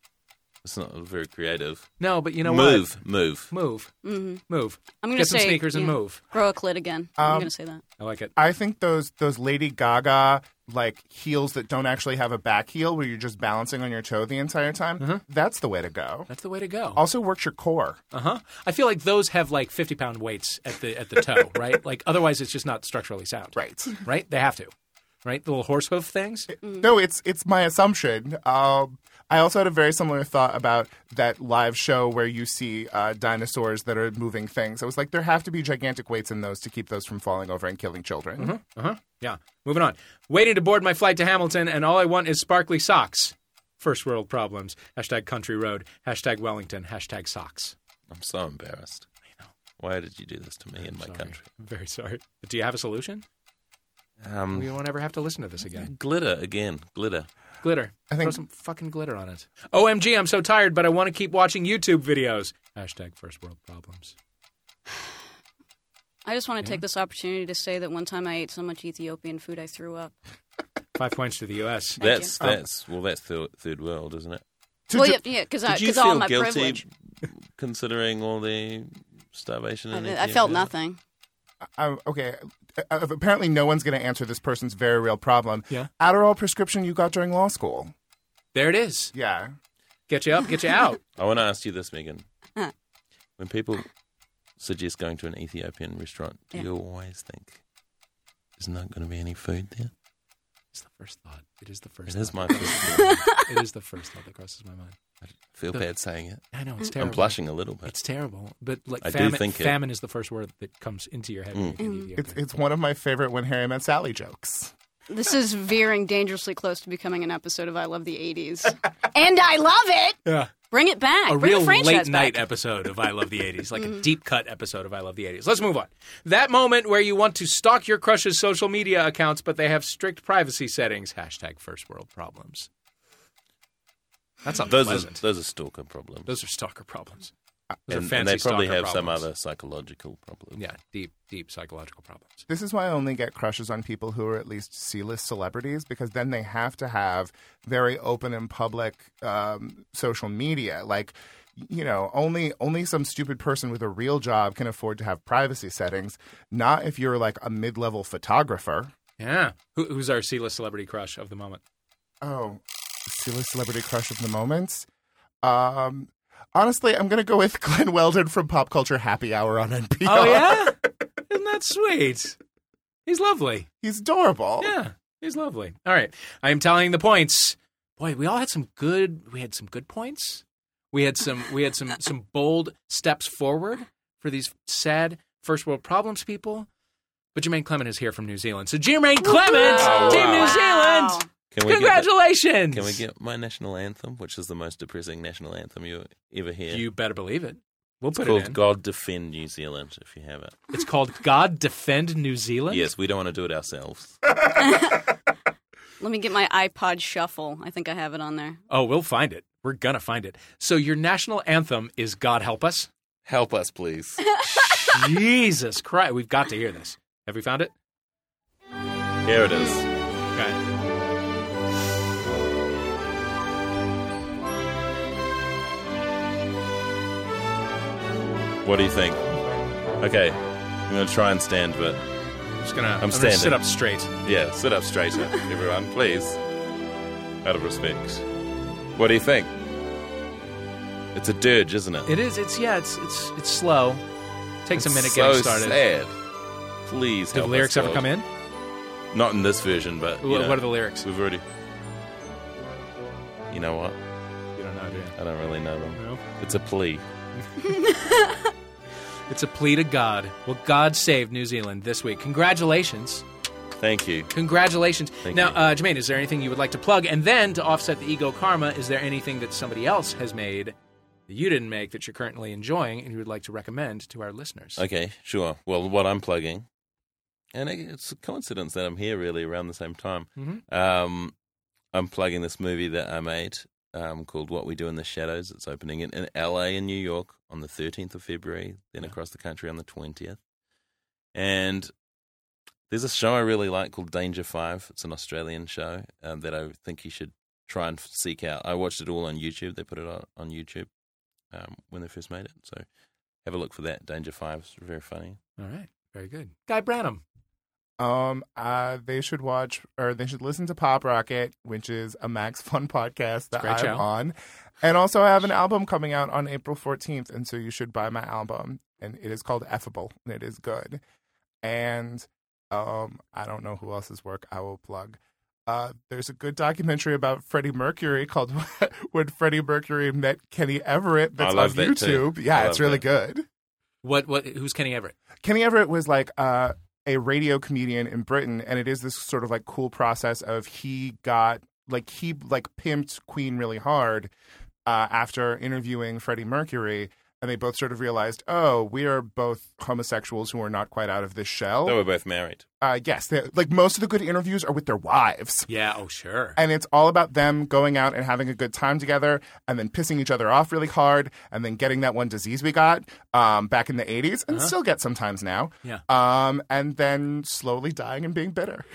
[SPEAKER 2] It's not very creative.
[SPEAKER 1] No, but you know
[SPEAKER 2] move,
[SPEAKER 1] what?
[SPEAKER 2] move,
[SPEAKER 1] Move,
[SPEAKER 4] Mhm.
[SPEAKER 1] move.
[SPEAKER 4] I'm going to
[SPEAKER 1] Get some
[SPEAKER 4] say
[SPEAKER 1] sneakers and
[SPEAKER 4] yeah,
[SPEAKER 1] move.
[SPEAKER 4] Grow a clit again. I'm
[SPEAKER 3] Um,
[SPEAKER 4] going to say that.
[SPEAKER 1] I like it.
[SPEAKER 3] I think those those Lady Gaga like heels that don't actually have a back heel, where you're just balancing on your toe the entire time. That's the way to go.
[SPEAKER 1] That's the way to go.
[SPEAKER 3] Also works your core.
[SPEAKER 1] Uh huh. I feel like those have like fifty pound weights at the at the toe, right? Like otherwise, it's just not structurally sound.
[SPEAKER 3] Right.
[SPEAKER 1] Right. They have to. Right. The little horse hoof things.
[SPEAKER 3] No, it's it's my assumption. Um, I also had a very similar thought about that live show where you see uh, dinosaurs that are moving things. I was like, there have to be gigantic weights in those to keep those from falling over and killing children.
[SPEAKER 1] Uh huh. Yeah. Moving on. Waiting to board my flight to Hamilton, and all I want is sparkly socks. First world problems. Hashtag country road. Hashtag Wellington. Hashtag socks.
[SPEAKER 2] I'm so embarrassed. Why did you do this to me in my country?
[SPEAKER 1] I'm very sorry. But do you have a solution?
[SPEAKER 2] Um,
[SPEAKER 1] We won't ever have to listen to this again.
[SPEAKER 2] glitter again, glitter.
[SPEAKER 1] Glitter.
[SPEAKER 3] I think-
[SPEAKER 1] Throw some fucking glitter on it. OMG, I'm so tired, but I want to keep watching YouTube videos. Hashtag first world problems.
[SPEAKER 4] I just want to take this opportunity to say that one time I ate so much Ethiopian food I threw up.
[SPEAKER 1] Five points to the U.S.
[SPEAKER 2] That's
[SPEAKER 4] you. Um,
[SPEAKER 2] that's well, that's third, third world, isn't it?
[SPEAKER 4] well, yeah, yeah, because
[SPEAKER 2] Did you
[SPEAKER 4] all
[SPEAKER 2] feel
[SPEAKER 4] my
[SPEAKER 2] guilty
[SPEAKER 4] privilege.
[SPEAKER 2] considering all the starvation?
[SPEAKER 4] I,
[SPEAKER 2] and
[SPEAKER 4] I felt nothing.
[SPEAKER 3] I, Uh, um, okay. I, I- apparently, no one's going to answer this person's very real problem.
[SPEAKER 1] Yeah.
[SPEAKER 3] Adderall prescription you got during law school.
[SPEAKER 1] There it is.
[SPEAKER 3] Yeah.
[SPEAKER 1] Get you up, get you out.
[SPEAKER 2] I want to ask you this, Megan.
[SPEAKER 4] Huh.
[SPEAKER 2] When people suggest going to an Ethiopian restaurant, do
[SPEAKER 1] Yeah.
[SPEAKER 2] you always think, isn't there going to be any food there?
[SPEAKER 1] It's the first thought. It is the
[SPEAKER 2] It
[SPEAKER 1] first.
[SPEAKER 2] is my
[SPEAKER 1] thought.
[SPEAKER 2] first thought.
[SPEAKER 1] it is the first thought that crosses my mind. I
[SPEAKER 2] feel bad saying it.
[SPEAKER 1] I know it's
[SPEAKER 2] I'm
[SPEAKER 1] terrible.
[SPEAKER 2] blushing a little bit.
[SPEAKER 1] It's terrible, but like
[SPEAKER 2] I do
[SPEAKER 1] famine,
[SPEAKER 2] think it- Mm.
[SPEAKER 1] famine is the first word that comes into your head. when you think Ethiopia.
[SPEAKER 3] It's, it's one of my favorite When Harry Met Sally jokes.
[SPEAKER 4] This is veering dangerously close to becoming an episode of I Love the 80s. and I love it!
[SPEAKER 1] Yeah.
[SPEAKER 4] Bring it back.
[SPEAKER 1] A
[SPEAKER 4] Bring
[SPEAKER 1] real
[SPEAKER 4] the franchise Mm.
[SPEAKER 1] late night episode of I Love the 80s, like a deep cut episode of I Love the 80s. Let's move on. That moment where you want to stalk your crush's social media accounts, but they have strict privacy settings. Hashtag first world problems. That's
[SPEAKER 2] those are,
[SPEAKER 1] unpleasant.
[SPEAKER 2] those are stalker problems.
[SPEAKER 1] Those are stalker problems. Those are
[SPEAKER 2] And, and
[SPEAKER 1] fancy
[SPEAKER 2] they probably
[SPEAKER 1] stalker
[SPEAKER 2] have some
[SPEAKER 1] problems.
[SPEAKER 2] other psychological problem.
[SPEAKER 1] Yeah, deep, deep psychological problems.
[SPEAKER 3] This is why I only get crushes on people who are at least C list celebrities because then they have to have very open and public um, social media. Like, you know, only only some stupid person with a real job can afford to have privacy settings. Not if you're like a mid level photographer.
[SPEAKER 1] Yeah. Who, who's our C-list celebrity crush of the moment?
[SPEAKER 3] Oh, C list celebrity crush of the moment. Um, honestly, I'm gonna go with Glenn Weldon from Pop Culture Happy Hour on NPR.
[SPEAKER 1] Oh, yeah? Isn't that sweet? He's lovely.
[SPEAKER 3] He's adorable.
[SPEAKER 1] Yeah, he's lovely. All right, I am tallying the points. Boy, we all had some good. We had some good points. We had some. We had some some bold steps forward for these sad first world problems people. But Jermaine Clement is here from New Zealand. So Jermaine Clement,
[SPEAKER 2] Oh, Wow.
[SPEAKER 1] Team New
[SPEAKER 2] Wow.
[SPEAKER 1] Zealand.
[SPEAKER 2] Can we get the-
[SPEAKER 1] Congratulations.
[SPEAKER 2] can we get my national anthem, which is the most depressing national anthem you ever hear?
[SPEAKER 1] You better believe it. We'll
[SPEAKER 2] it's
[SPEAKER 1] put it
[SPEAKER 2] called
[SPEAKER 1] in.
[SPEAKER 2] God Defend New Zealand, if you have it.
[SPEAKER 1] It's called God Defend New Zealand.
[SPEAKER 2] Yes, we don't want to do it ourselves.
[SPEAKER 4] Let me get my iPod Shuffle. I think I have it on there.
[SPEAKER 1] Oh, we'll find it. We're gonna find it. So your national anthem is "God Help Us."
[SPEAKER 2] Help us, please.
[SPEAKER 1] Jesus Christ, we've got to hear this. Have we found it?
[SPEAKER 2] Here it is.
[SPEAKER 1] Okay.
[SPEAKER 2] What do you think? Okay, I'm going to try and stand, but I'm
[SPEAKER 1] just gonna. I'm
[SPEAKER 2] I'm
[SPEAKER 1] gonna
[SPEAKER 2] standing.
[SPEAKER 1] sit up straight.
[SPEAKER 2] Yeah, sit up straighter, everyone, please. Out of respect. What do you think? It's a dirge, isn't it?
[SPEAKER 1] It is. It's yeah. It's it's it's slow. Takes a
[SPEAKER 2] It's
[SPEAKER 1] minute
[SPEAKER 2] so
[SPEAKER 1] getting started.
[SPEAKER 2] Sad. Please.
[SPEAKER 1] Do the
[SPEAKER 2] help
[SPEAKER 1] lyrics
[SPEAKER 2] us,
[SPEAKER 1] ever
[SPEAKER 2] God.
[SPEAKER 1] come in?
[SPEAKER 2] Not in this version, but you
[SPEAKER 1] Wha-
[SPEAKER 2] know,
[SPEAKER 1] what are the lyrics?
[SPEAKER 2] We've already. You know what?
[SPEAKER 1] You don't know, do you?
[SPEAKER 2] I don't really know them.
[SPEAKER 1] No.
[SPEAKER 2] It's a plea.
[SPEAKER 1] It's a plea to God. Well, God save New Zealand this week. Congratulations.
[SPEAKER 2] Thank you.
[SPEAKER 1] Congratulations.
[SPEAKER 2] Thank
[SPEAKER 1] now, Uh, Jermaine, is there anything you would like to plug? And then to offset the ego karma, is there anything that somebody else has made that you didn't make that you're currently enjoying and you would like to recommend to our listeners?
[SPEAKER 2] Okay, sure. Well, what I'm plugging, and it- it's a coincidence that I'm here really around the same time.
[SPEAKER 1] Mhm.
[SPEAKER 2] Um, I'm plugging this movie that I made um, called What We Do in the Shadows. It's opening in, in LA and New York on the 13th of February, then across the country on the 20th. And there's a show I really like called Danger Five. It's an Australian show um, that I think you should try and f- seek out. I watched it all on YouTube. They put it on, on YouTube um, when they first made it. So have a look for that. Danger Five is very funny.
[SPEAKER 1] All right. Very good. Guy Branham.
[SPEAKER 3] Um, uh, they should watch or they should listen to Pop Rocket, which is a Max Fun podcast that
[SPEAKER 1] great
[SPEAKER 3] I'm
[SPEAKER 1] show.
[SPEAKER 3] on. And also, I have an album coming out on April 14th, and so you should buy my album. And it is called Effable, and it is good. And um, I don't know who else's work I will plug. Uh, there's a good documentary about Freddie Mercury called "When Freddie Mercury Met Kenny Everett." That's
[SPEAKER 2] Oh, I love
[SPEAKER 3] on
[SPEAKER 2] that too.
[SPEAKER 3] YouTube. Yeah,
[SPEAKER 2] I
[SPEAKER 3] it's
[SPEAKER 2] love
[SPEAKER 3] really
[SPEAKER 2] that.
[SPEAKER 3] good.
[SPEAKER 1] What? What? Who's Kenny Everett?
[SPEAKER 3] Kenny Everett was like uh, a radio comedian in Britain, and it is this sort of like cool process of he got like he like pimped Queen really hard uh, after interviewing Freddie Mercury, and they both sort of realized, oh, we are both homosexuals who are not quite out of this shell.
[SPEAKER 2] They were both married.
[SPEAKER 3] uh, yes, they- like most of the good interviews are with their wives.
[SPEAKER 1] Yeah. Oh, sure.
[SPEAKER 3] And it's all about them going out and having a good time together and then pissing each other off really hard and then getting that one disease we got um, back in the 80s and
[SPEAKER 1] Uh-huh.
[SPEAKER 3] still get sometimes now.
[SPEAKER 1] Yeah.
[SPEAKER 3] Um, and then slowly dying and being bitter.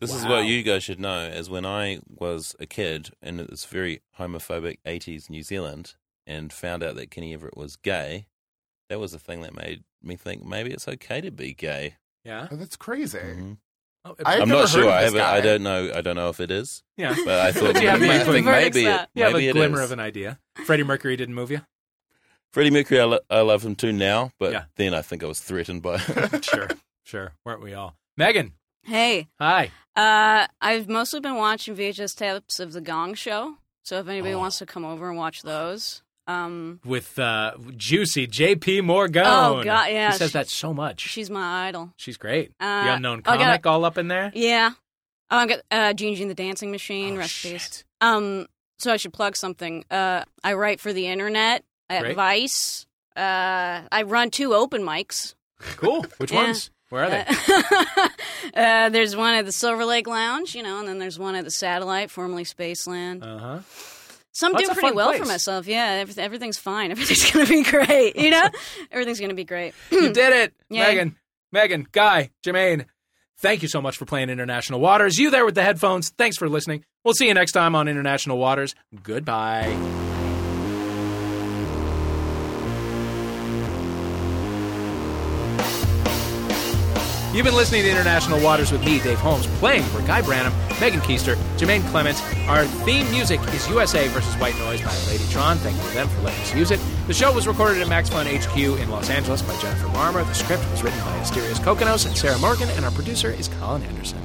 [SPEAKER 2] This is
[SPEAKER 3] Wow.
[SPEAKER 2] what you guys should know is when I was a kid in this very homophobic 80s New Zealand and found out that Kenny Everett was gay, that was the thing that made me think maybe it's okay to be gay.
[SPEAKER 1] Yeah.
[SPEAKER 3] Oh, that's crazy.
[SPEAKER 1] Oh,
[SPEAKER 3] I've
[SPEAKER 2] am
[SPEAKER 3] never
[SPEAKER 2] not
[SPEAKER 3] heard
[SPEAKER 2] sure.
[SPEAKER 3] of
[SPEAKER 2] I
[SPEAKER 3] this
[SPEAKER 2] haven't. I
[SPEAKER 3] guy.
[SPEAKER 2] don't know. I don't know if it is.
[SPEAKER 1] Yeah.
[SPEAKER 2] But I thought
[SPEAKER 1] Do you have
[SPEAKER 2] maybe,
[SPEAKER 1] any
[SPEAKER 2] I think
[SPEAKER 1] verdict
[SPEAKER 2] maybe
[SPEAKER 1] for
[SPEAKER 2] it,
[SPEAKER 1] that? you have
[SPEAKER 2] maybe
[SPEAKER 1] a
[SPEAKER 2] it
[SPEAKER 1] glimmer
[SPEAKER 2] is.
[SPEAKER 1] of an idea. Freddie Mercury didn't move you.
[SPEAKER 2] Freddie Mercury, I, lo- I love him too now, but then I think I was threatened by
[SPEAKER 1] sure, sure. Weren't we all? Megan,
[SPEAKER 4] Hey,
[SPEAKER 1] hi.
[SPEAKER 4] uh, I've mostly been watching VHS tapes of The Gong Show. So if
[SPEAKER 1] Oh.
[SPEAKER 4] anybody wants to come over and watch those, um,
[SPEAKER 1] With uh, juicy JP Morgan.
[SPEAKER 4] Oh, God, yeah.
[SPEAKER 1] He says that so much.
[SPEAKER 4] she's my idol.
[SPEAKER 1] She's great. the
[SPEAKER 4] Uh,
[SPEAKER 1] unknown
[SPEAKER 4] oh, I
[SPEAKER 1] comic
[SPEAKER 4] got-
[SPEAKER 1] all up in there.
[SPEAKER 4] Yeah. Oh, I got uh, Gene Gene the Dancing
[SPEAKER 1] Oh,
[SPEAKER 4] Machine recipes. Um, so I should plug something. Uh, I write for the internet at
[SPEAKER 1] Great.
[SPEAKER 4] Vice. Uh, I run two open mics.
[SPEAKER 1] Cool. Which
[SPEAKER 4] Yeah.
[SPEAKER 1] ones? Where are they?
[SPEAKER 4] Uh, there's one at the Silver Lake Lounge, you know, and then there's one at the Satellite, formerly Spaceland.
[SPEAKER 1] Uh huh.
[SPEAKER 4] Some
[SPEAKER 1] Well,
[SPEAKER 4] do
[SPEAKER 1] that's a
[SPEAKER 4] pretty
[SPEAKER 1] fun
[SPEAKER 4] well for
[SPEAKER 1] place.
[SPEAKER 4] myself. Yeah, everything, everything's fine. Everything's going to be great. You know, everything's going to be great.
[SPEAKER 1] you did it,
[SPEAKER 4] Yay.
[SPEAKER 1] Megan. Megan, Guy, Jermaine. Thank you so much for playing International Waters. You there with the headphones. Thanks for listening. We'll see you next time on International Waters. Goodbye. You've been listening to International Waters with me, Dave Holmes, playing for Guy Branham, Megan Keister, Jermaine Clements. Our theme music is USA versus White Noise by Lady Tron. Thank you to them for letting us use it. The show was recorded at Max Fun HQ in Los Angeles by Jennifer Marmer. The script was written by Asterios Kokonos and Sarah Morgan, and our producer is Colin Anderson.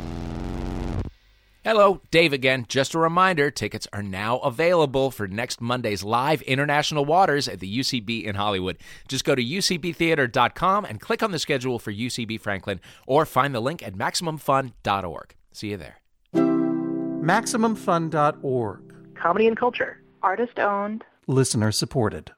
[SPEAKER 1] Hello, Dave again. Just a reminder tickets are now available for next Monday's live International Waters at the UCB in Hollywood. Just go to ucbtheater.com and click on the schedule for UCB Franklin or find the link at MaximumFun.org. See you there.
[SPEAKER 19] MaximumFun.org.
[SPEAKER 20] Comedy and culture. Artist owned.
[SPEAKER 19] Listener supported.